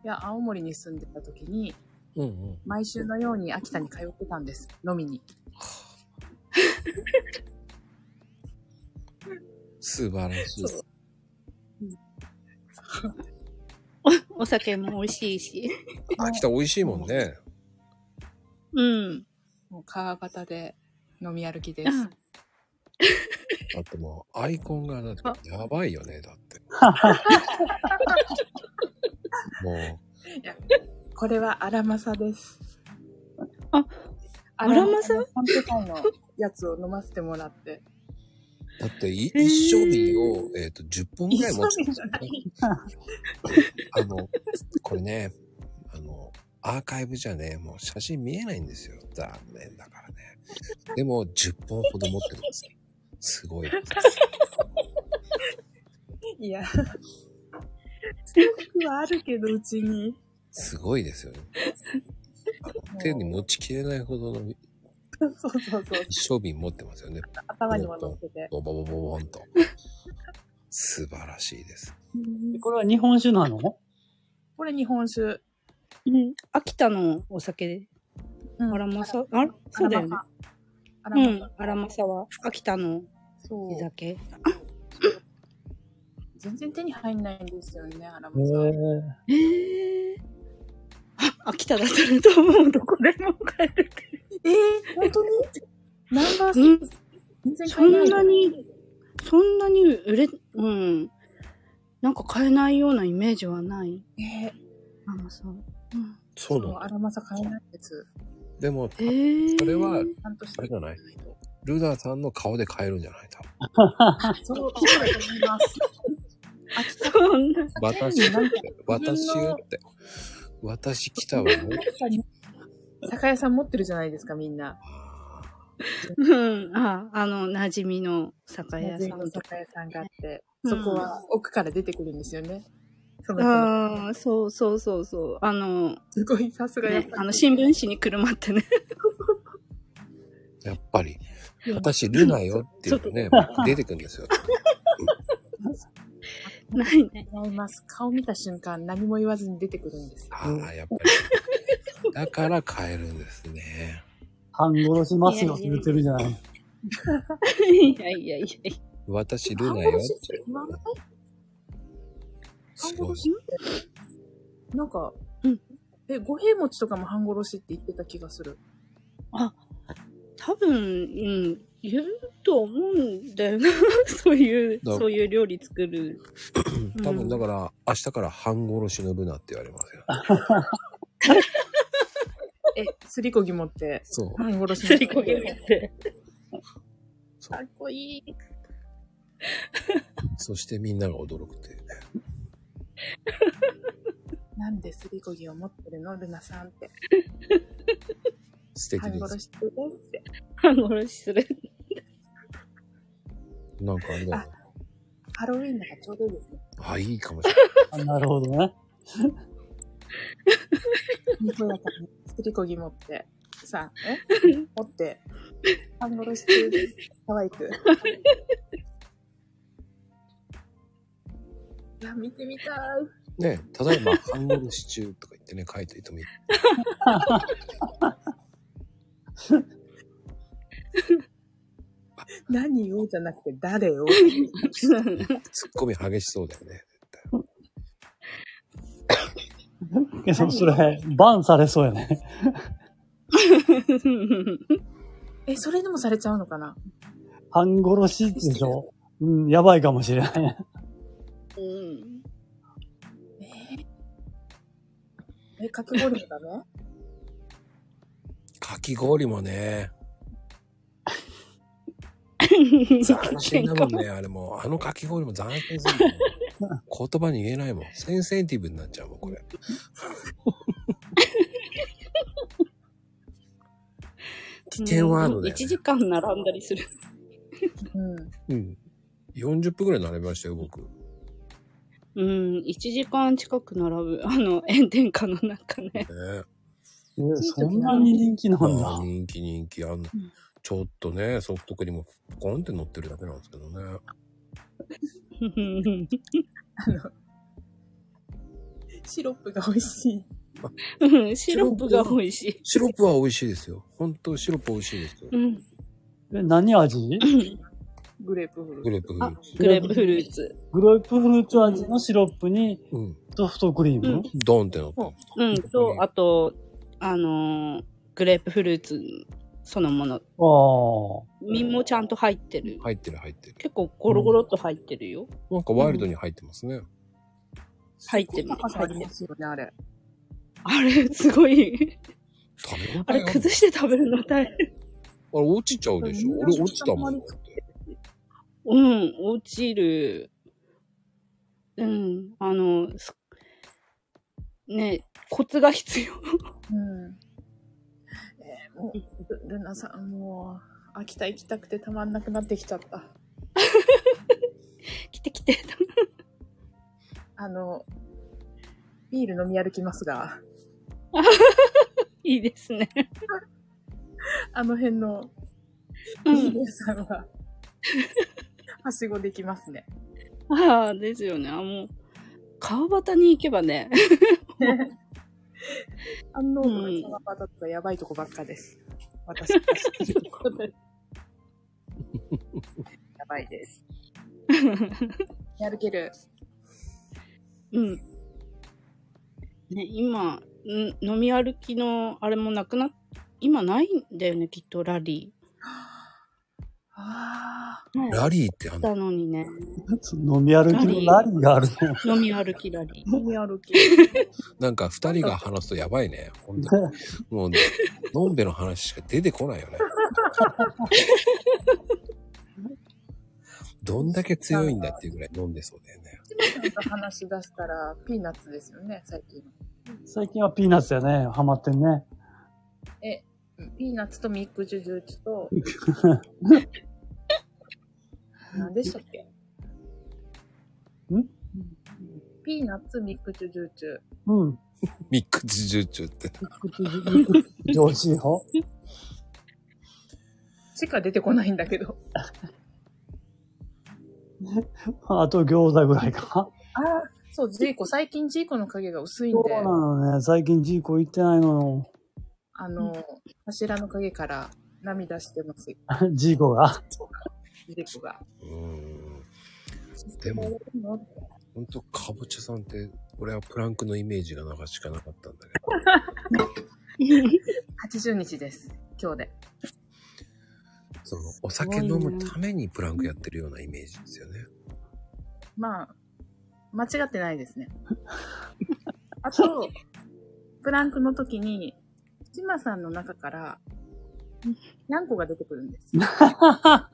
や、青森に住んでた時に、うんうん。毎週のように秋田に通ってたんです。飲みに。素晴らしい。そうお酒も美味しいし。秋田美味しいもんね。うん。もう川端で飲み歩きであす。だってもう、アイコンがだって、やばいよね、だ って。もう、これは荒政です。あ、荒政キャンプファンのやつを飲ませてもらって。だってい、ー一生瓶を、えっ、と、10本ぐらい持つんですよね。あの、これね、あの、アーカイブじゃね、もう写真見えないんですよ。残念だからね。でも、10本ほど持ってるんですよ。すごい。い や。ストックはあるけど、うちに。すごい ですよね。あの手に持ちきれないほどのそうそうそう。一生瓶持ってますよね。頭にも乗せて。ボボボボボンと。素晴らしいです。これは日本酒なのこれ日本酒。うん。秋田のお酒で。うんアラマサ、あそうだよね。あうらまん。アラマサは秋田のそ地う。酒。全然手に入んないんですよね、アラへマさん。ええあ、秋田だったらと思う。どこでも買えるけえー、本当にナンバーど。スうん。全然そ買えない。んなに、そんなに売れ、うん。なんか買えないようなイメージはない。えー、あのさ。うん、そうなそうの。アラマサ買えないやつ。でも、えー、それはちゃんとしあてれじゃないルナさんの顔で変えるんじゃない多分そう、そうだと思います。そんな。私になんっかて、私って。私来たわよ。酒屋さん持ってるじゃないですか、みんな。うん。あ、あの、馴染みの酒屋さ全員のんとか。酒屋さんがあって、うんそこは奥から出てくるんですよね。その人のああ、そうそうそうそう。あの、すごい、さすがやっね、ぱありの、新聞紙にくるまってね。 やっぱり、私ルナよっていうとね、出てくるんですよ。ないね。違います。顔見た瞬間、何も言わずに出てくるんです。ああ、やっぱり。だから変えるんですね。半殺しますよって言ってるじゃない。 いやいやいやい私ル半ナよっ殺しってて。言わない半すごい殺。しって。なんか、うんえ、五平餅とかも半殺しって言ってた気がする。や。多分、うん。いると思うんだ よな。そういう、だそういう料理作る。多分だから、明日から半殺しのぶなって言われますよ。え、すりこぎ持って、そう。半殺しすりこぎ持って。そうかっこいい。そしてみんなが驚くっていうね。なんですりこぎを持ってるのルナさんって。素敵半で殺す。しってねって。半殺しする。なんかあれだよね。ハロウィンだからちょうどいいですね。あ、いいかもしれない。あなるほど ね。にこやかにすりこぎ持って、さ あ、え持って、半殺し中です。可愛く。いや、見てみたい。ねえ、例えば、半殺し中とか言ってね、書いといてもいい。何をじゃなくて誰を。ツッコミ激しそうだよね。えそそれ、バンされそうやね。え、それでもされちゃうのかな半殺しでしょうん、やばいかもしれない。うんえ、かき氷もだね。かき氷もね、斬新だもんね、あれも。あのかき氷も斬新すぎるもん。言葉に言えないもん。センセンティブになっちゃうもん、 これ。危険ワードだよ、 1ね時間並んだりする。うん。うん。40分くらい並びましたよ、僕。うん、1時間近く並ぶ。あの、炎天下の中ね。ね、そんなに人気なんあだー。人気人気あんな、うんちょっとねソフトクリームポンって乗ってるだけなんですけどねうんあの、シロップが美味しい。シロップが美味しい。シロップは美味しいですよ本当シロップ美味しいですようん。え何 味グレープフルーグツ。レープフルーツグレープフルーツ。グレープフルーツ味のシロップにうんソフトクリーム、ドンって乗ってるうん、と、あと、あのーグレープフルーツそのもの。あ身もちゃんと入ってる。入ってる入ってる結構ゴロゴロっと入ってるよ。なんかワイルドに入ってますね、入ってます高さありますよね、あれ。あれ、すご い。食べ応あえれ、るあ崩して食べるの大変。れ落ちちゃうでしょうん俺落ちたもんだってうん、落ちる。うん、あの、すね、コツが必要。 うん。えーもう、ルルナさん、もう、秋田行きたくてたまんなくなってきちゃった。来て来て。 あの、ビール飲み歩きますが、いいですね。あの辺のうビーんル。屋さんは、はしごできますね。ああ、ですよね。あもう、川端に行けば ね。安納の川端とかやばいとこばっかです。私が知ってるとこやばいです。やるける。うん。ね、今、ん飲み歩きのあれもなくなっ、今ないんだよね、きっとラリああ、ー。ね、ラリーってあんのしたのにね、あ。飲み歩きのラリーがあ る飲み歩きラリー。 飲み歩き。なんか二人が話すとやばいね本当にの。もうねのんべの話しか出てこないよねどんだけ強いんだっていうぐらい飲んでそうだよねちまさんと話し出したら、ピーナッツですよね、最近。最近はピーナッツやね。ハマってんね。ピーナッツとミックジュジュー チと、何でしたっけんピーナッツ、ミックジュジューチュ。うん。ミックスジューチューって。上司よ。しか出てこないんだけど。あと餃子ぐらいか。ああ、そう、ジーコ、最近ジーコの影が薄いんそうでな、のね。最近ジーコ行ってないのあの、柱の影から涙してます、よ。 ジーコが。ジーコが。うーん。でも、ほんと、かぼちゃさんって、俺はプランクのイメージがなかしかなかったんだけど。 80日です、今日で。その、お酒飲むためにプランクやってるようなイメージですよね。まあ、間違ってないです ね。あと、プランクの時に、志麻さんの中から、何個が出てくるんです。じゃあ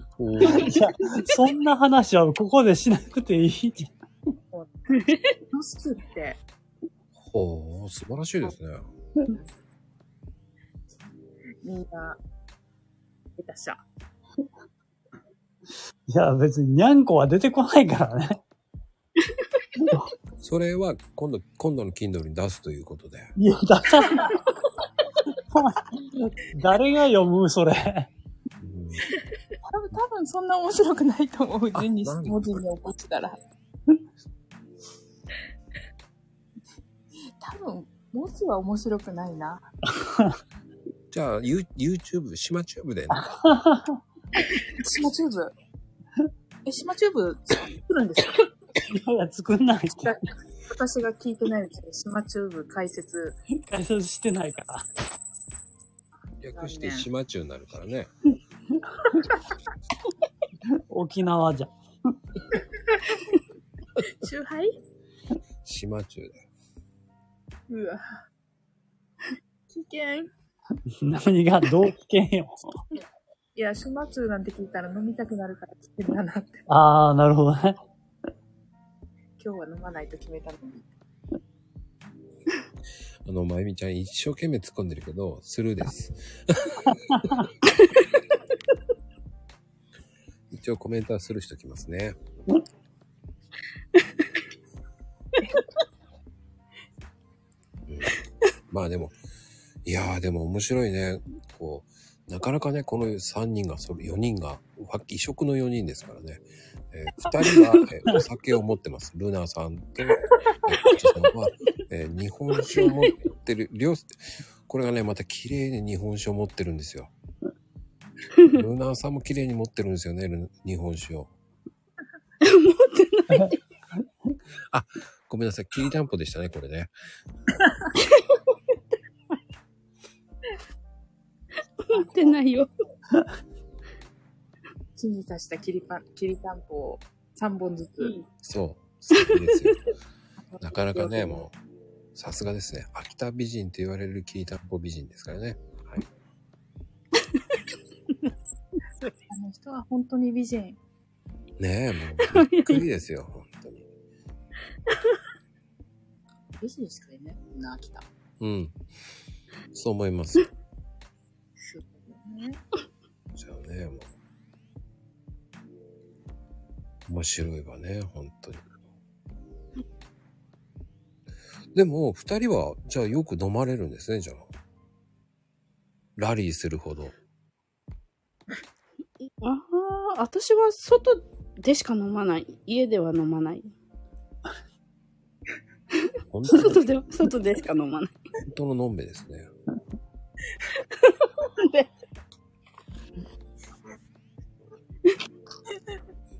そんな話はここでしなくていいじゃん。組織って、ほう、素晴らしいですね。みんな、出たしゃ。いや、別ににゃんこは出てこないからね。それは今度、今度の Kindle に出すということで。いや、出さない。誰が読むそれ。うん多分、多分そんな面白くないと思う。あ字に、なんだ文字に起こしたら。多分、文字は面白くないな。じゃあ、ユー YouTube、島チューブでね。島チューブ。え、島チュー ブ作るんですかいや、作んないって。私が聞いてないですけど、島チューブ解説。解説してないから。略して島チューになるからね。沖縄じゃん。周杯島チューで。うわ。危険。何がどう危険よ。いや、島チューなんて聞いたら飲みたくなるから危険だなって。 あー、なるほどね。今日は飲まないと決めたのに。あの、まゆみちゃん一生懸命突っ込んでるけど、スルーです。一応コメントはスルーしときますね。うんまあでも、いやーでも面白いね。こう、なかなかね、この3人が、その4人が、わ異色の4人ですからね。え2人は、えーお酒を持ってます。ルナさんと、えーコチさんは、えー日本酒を持ってる。両、これがね、また綺麗に日本酒を持ってるんですよ。ルナさんも綺麗に持ってるんですよね、ル日本酒を。あ、ごめんなさい。きりたんぽでしたね、これね。持ってないよ。木に刺したきりパン、きりたんぽを3本ずつ。そう。素敵ですよ。なかなかね、もう、さすがですね。秋田美人って言われるきりたんぽ美人ですからね。あの人は本当に美人。ねえ、もう、びっくりですよ、本当に。美人しかいないもんな、秋田。うん。そう思います。すごいね。じゃあね、もう。面白いわね、本当に。でも、二人は、じゃあよく飲まれるんですね、じゃあ。ラリーするほど。ああ、私は外でしか飲まない。家では飲まない。本当の、 外で、外でしか飲まない。本当ののんべですね。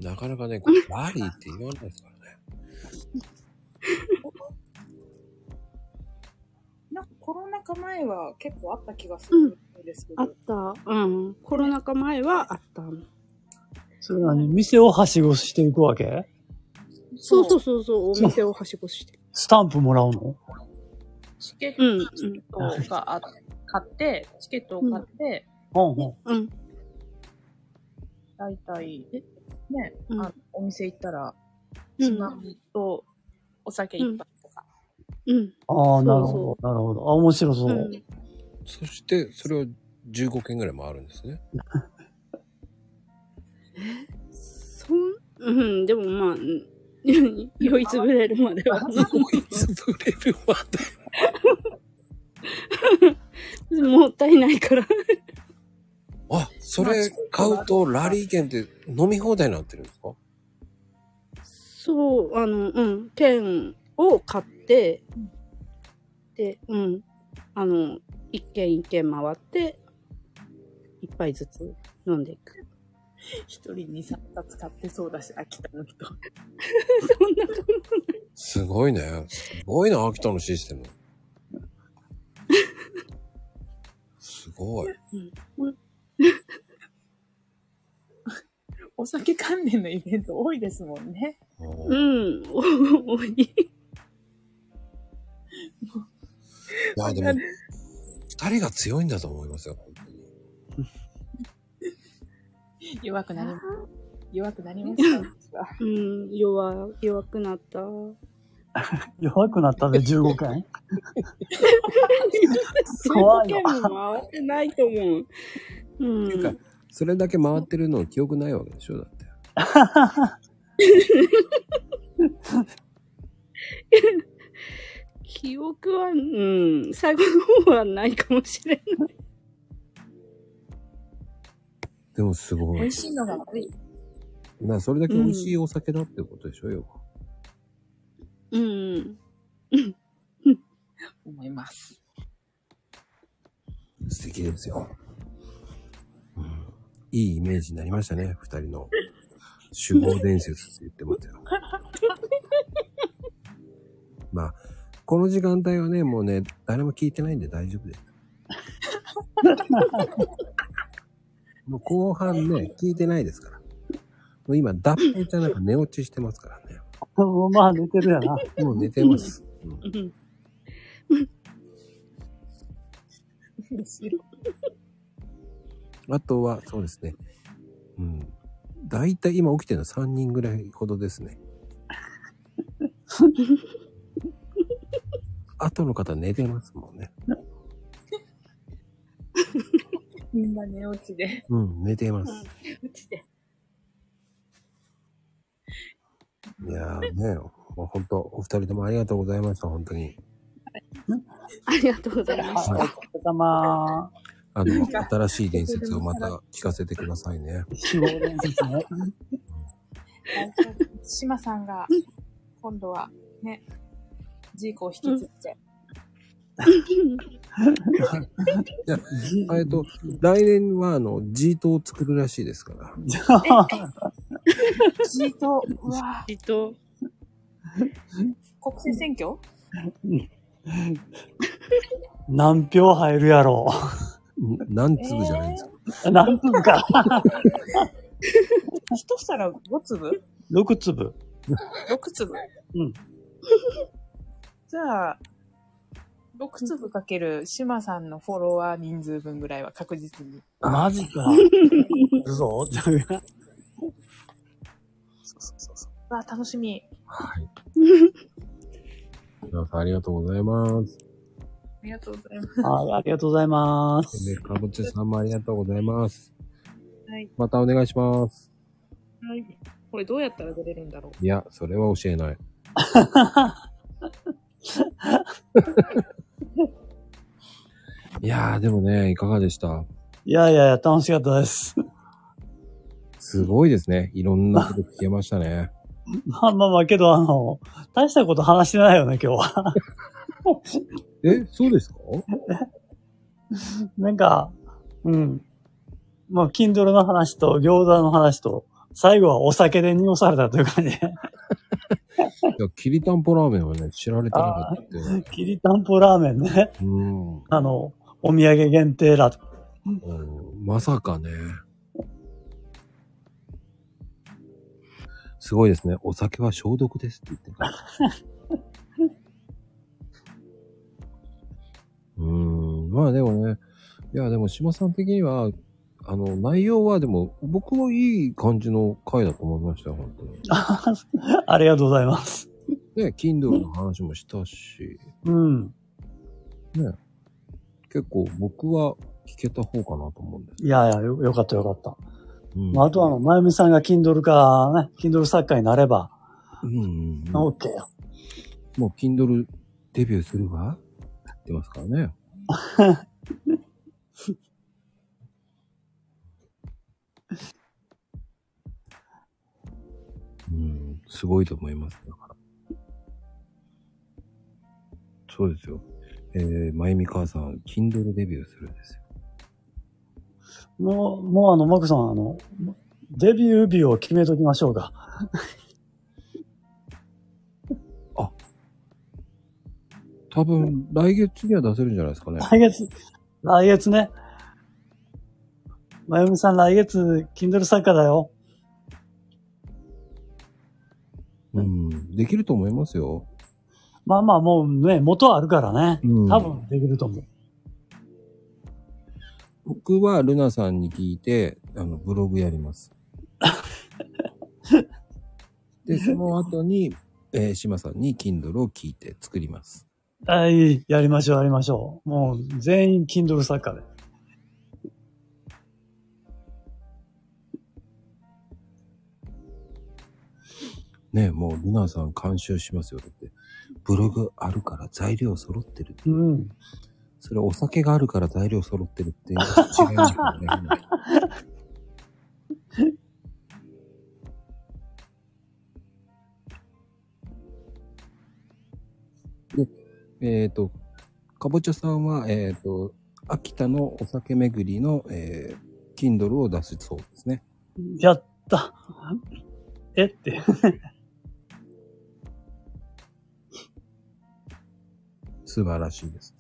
なかなかね、こうラリーって言わないですからね。なんかコロナ禍前は結構あった気がするんですけど、あった。うん。コロナ禍前はあった。それ何店をはしごしていくわけそうそうそうそう、お店をはしごして。スタンプもらうのチケッうん、うん、トがあっ買って、チケットを買って、ほんほん。うん。だいたいえ、ね、うあんのお店行ったら、うつんまみとお酒一杯とか。うん。ああ、そうなるほど、なるほど。あ、面白そうう。ん。そして、それを15件ぐらい回るんですね。そん、うん、でもまあ、 うん酔いつぶれるまでは。こいつぶれるまで。もったいないから。あ、それ買うとラリー券って飲み放題になってるんですかそう、あの、うん、券を買って、で、うん、あの、一軒一軒回って、一杯ずつ飲んでいく。一人に3冊買ってそうだし、秋田の人。そんなこすごいね。すごいな、秋田のシステム。すごい。うんお酒関連のイベント多いですもんね。ういん、多い。や、でも、二人が強いんだと思いますよ、本当に。弱くなり、弱くなりました。私はうん、弱、弱くな った。弱くなった で15回 怖いよ15件も回ってないと思う。うん。ていうかそれだけ回ってるの記憶ないわけでしょだって。記憶は、うん、最後の方はないかもしれない。でもすご美い味。しいのが悪い。な、それだけ美味しいお酒だってことでしょ、よ。うん。思います。素敵ですよ。うんいいイメージになりましたね、二人の。守護伝説って言ってますよ。 まあ、この時間帯はね、もうね、誰も聞いてないんで大丈夫です。 もう後半ね、聞いてないですから。もう今、脱皮ちゃんなんか寝落ちしてますからね。もうまあ寝てるやな。もう寝てます。うんうん。 あとは、そうですね。うん。大体今起きてるの3人ぐらいほどです ね。あとの方寝てますもんね。みんな寝落ちで。うん、寝てます。いやーね、もう本当お二人ともありがとうございました、本当に。ありがとうございまはす。い、お疲れ様。あの、新しい伝説をまた聞かせてください ね。死亡伝説 ね。 島さんが、今度は、ね、ジーコを引きずって。えっと、来年はあの、G トを作るらしいですから。ジート、うわえっと、ぁ国政選挙何票入るやろ何粒じゃないんですか。う。何分か。一皿5粒6粒。 ?6 粒。うん。じゃあ、6粒かける島さんのフォロワー人数分ぐらいは確実に。マジか。嘘うわぁ楽しみ。はい。皆さんありがとうございます。ありがとうございます。はい、 ありがとうございます。ね、かぼちゃさんもありがとうございます。はい。またお願いします。これどうやったら出れるんだろういや、それは教え ない。いやー、でもね、いかがでしたいやいやいや、楽しかったです。すごいですね。いろんなこと聞けました ね。まあまあまあ、けどあの、大したこと話してないよね、今日は。え、そうですかなんか、うん。まあ、Kindle の話と餃子の話と、最後はお酒で濁されたという感じ。いや、きりたんぽラーメンはね、知られてなかったって。きりたんぽラーメンね。 うん。うあの、お土産限定だ と。んまさかね。すごいですね。お酒は消毒ですって言ってた。 うーん。まあでもね。いや、でも島さん的には、あの、内容はでも、僕もいい感じの回だと思いましたよ、本当に。ありがとうございます。ね、Kindle の話もしたし、うん。結構僕は聞けた方かなと思うんです。いやいや、よよかったよかった。うんまあ、あとあの、まゆみさんが Kindle か、ね、Kindle 作家になれば、うんうんうん、 OK よ。もう Kindle デビューするわって言ってますからね。 うん、すごいと思います。だから。そうですよ。えー、まゆみ母さん、Kindle デビューするんですよ。もう、もうあの、マクさん、あの、デビュー日を決めときましょうか。多分、来月には出せるんじゃないですかね。来月、来月ね。まゆみさん、来月、Kindle 作家だよ。できると思いますよ。まあまあもうね、元あるからね。うん多分できると思う。僕はルナさんに聞いて、あの、ブログやります。で、その後に、えー、島さんに Kindle を聞いて作ります。はい、やりましょう、やりましょう。もう全員 Kindle 作家で。ね、もうルナさん監修しますよ。だって、ブログあるから材料揃ってる。うん。それお酒があるから材料揃ってるっていうのは違いますよね。で、えっ、と、かぼちゃさんは、えっ、と、秋田のお酒巡りの、えー、Kindle を出すそうですね。やった。えって。 素晴らしいです。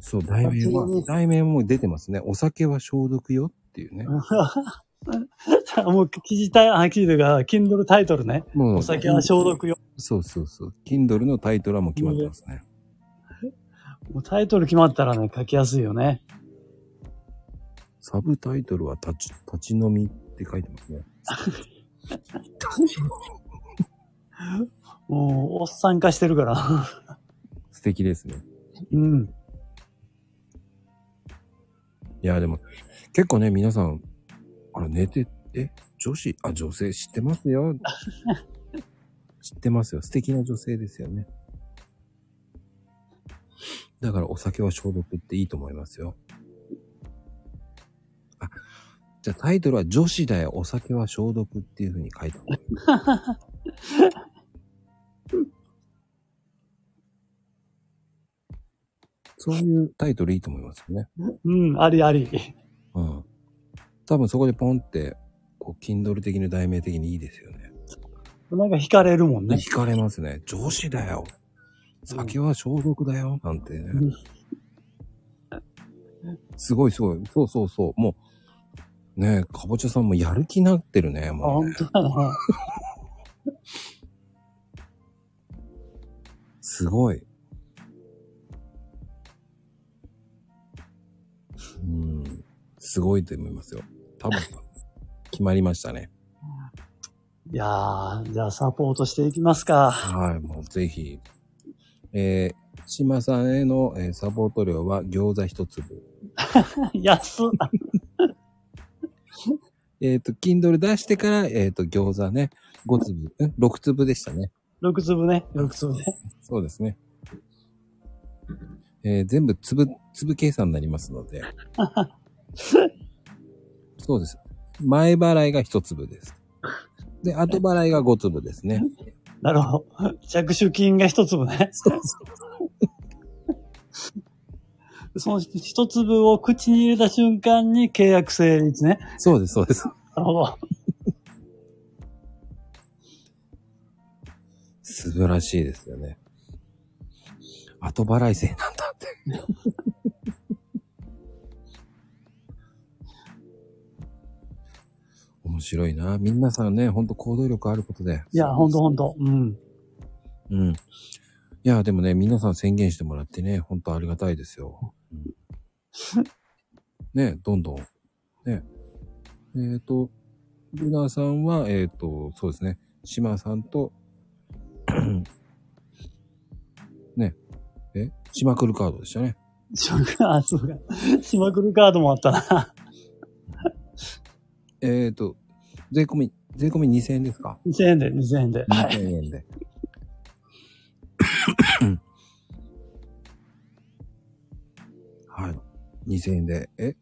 そう、題名は、題名も出てますね。お酒は消毒よっていうね。もう記事タイ、あ、記事というか、Kindle タイトルね。もうお酒は消毒よ。そうそうそう。Kindle のタイトルはもう決まってますね。もうタイトル決まったらね、書きやすいよね。 サブタイトルは立ち、立ち飲みって書いてますね。もう、おっさん化してるから。 素敵ですね。うん。いや、でも、結構ね、皆さん、あれ、寝て、え、女子、あ、女性知ってますよ。知ってますよ。素敵な女性ですよね。だから、お酒は消毒っていいと思いますよ。あ、じゃあタイトルは、女子だよ、お酒は消毒っていうふうに書いてある。そういうタイトルいいと思いますよね。うん、ありあり。うん。多分そこでポンって、こう、Kindle 的に題名的にいいですよね。なんか惹かれるもんね。惹かれますね。上司だよ。酒は消毒だよ。なんてねうん。すごいすごい。そうそうそう。もう、ねえ、かぼちゃさんもやる気になってるね。あ、もう本ね。当だな。すごい。うん。すごいと思いますよ。多 分、決まりましたね。いやー、じゃあサポートしていきますか。 はい、もうぜひ。えー、島さんへの、えーサポート料は餃子一粒。安っ。えっ、と、Kindle 出してから、えっ、と、餃子ね、5粒、ん ?6 粒でしたね。 6粒ね、6粒ね。そうですね。えー全部粒、粒計算になりますので。そうです。前払いが一粒です。で、後払いが5粒ですね。なるほど。着手金が1粒ね。その1粒を口に入れた瞬間に契約成立ね。そうです、そうです。なるほど。素晴らしいですよね。後払い制なんだって。面白いな。皆さんね、ほんと行動力あることで。 いや、ほんとほんと。うん。うん。いや、でもね、皆さん宣言してもらってね、ほんとありがたいですよ。うんね、どんどん。ね。えっ、と、ルナさんは、えっ、と、そうですね、シマさんと、 ね、え、シマクルカードでしたね。しまくる、あ、そうか。しまくるカードもあったな。 えっ、と、税込み、税込み2000円ですか2000円で、2000円で。はい。 2000円で。はい。2000円で。え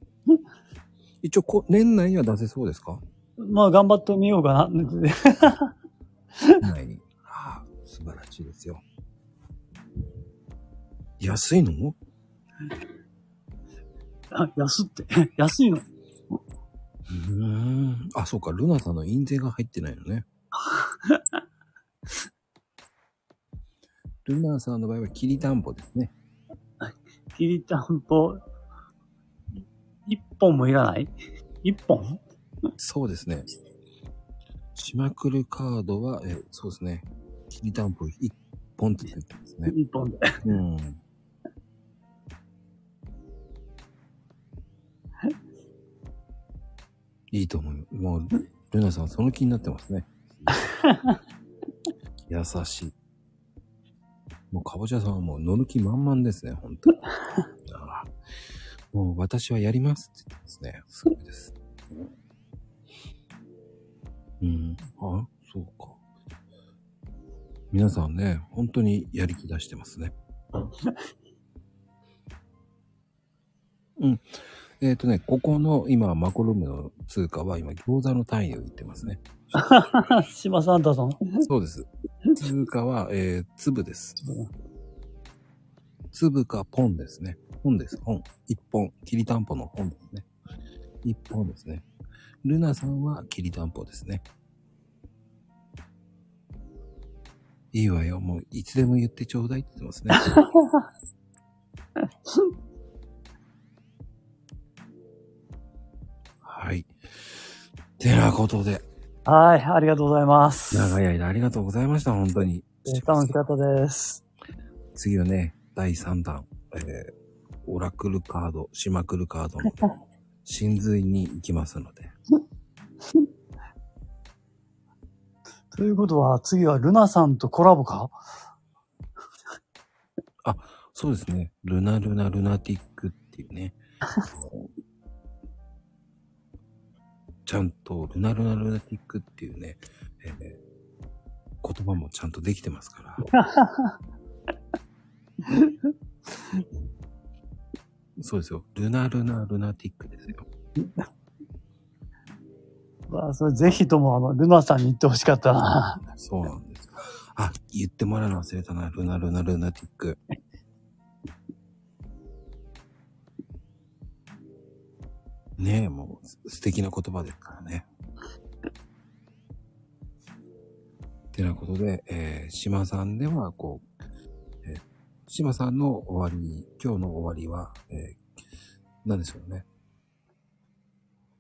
一応こ、年内には出せそうですかまあ、頑張ってみようかな。 年内に。ああ、素晴らしいですよ。安いのあ安って。 安いの。うん。あ、そうか。ルナさんの印税が入ってないの ね。ルナさんの場合は、きりたんぽですね。きりたんぽ、1本もいらない ?1 本そうですね。しまくるカードは、えそうですね。きりたんぽ1本って言ってますね。一本で。 うん。いいと思うよ。もう、ルナさん、その気になってますね。優しい。もう、かぼちゃさんはもう乗る気満々ですね、本当に。ああもう、私はやりますって言ってますね。すごいです。うん。あ、そうか。皆さんね、本当にやりき出してますね。うん。えっ、とね、ここの今、マコルームの通貨は今、餃子の単位を言ってますね。島サンタさん。そうです。通貨は、えー、粒です。粒かポンですね。ポンです、ポン。一本。きりたんぽのポンですね。一本ですね。ルナさんはきりたんぽですね。いいわよ。もう、いつでも言ってちょうだいって言ってますね。はい。てなことで、はい、ありがとうございます。長い間ありがとうございました、本当に。えー楽しかったです。次はね、第3弾、えー、オラクルカード、しまくるカー ドの真髄に行きますので。ということは、次はルナさんとコラボかそうですね、ルナルナルナティックっていう ね。ちゃんと、ルナルナルナティックっていうね、えー言葉もちゃんとできてますから。 そうですよ。ルナルナルナティックですよ。わあそれぜひとも、あの、ルナさんに言ってほしかったな。 そうなんです。あ、言ってもらうの忘れたな。ルナルナルナティック。ねえ、もうす素敵な言葉ですからね。てなことで、えー、島さんでは、こう、えー島さんの終わり、今日の終わりは、えー、なんでしょうね。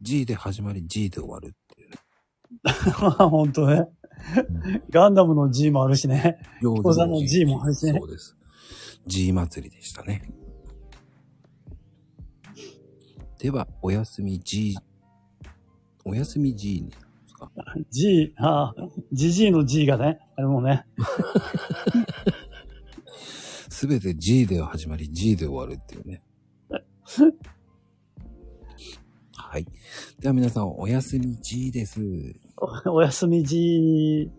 G で始まり G で終わるっていうね。ほんとね。ガンダムの G もあるしね。餃子の G も入ってねそうです。G 祭りでしたね。では、おやすみ G、おやすみ G になるんですか G、ああ、GG の G がね、あれもね。すべて G で始まり G で終わるっていう ね。はい。では皆さん、おやすみ G です。おおやすみ G。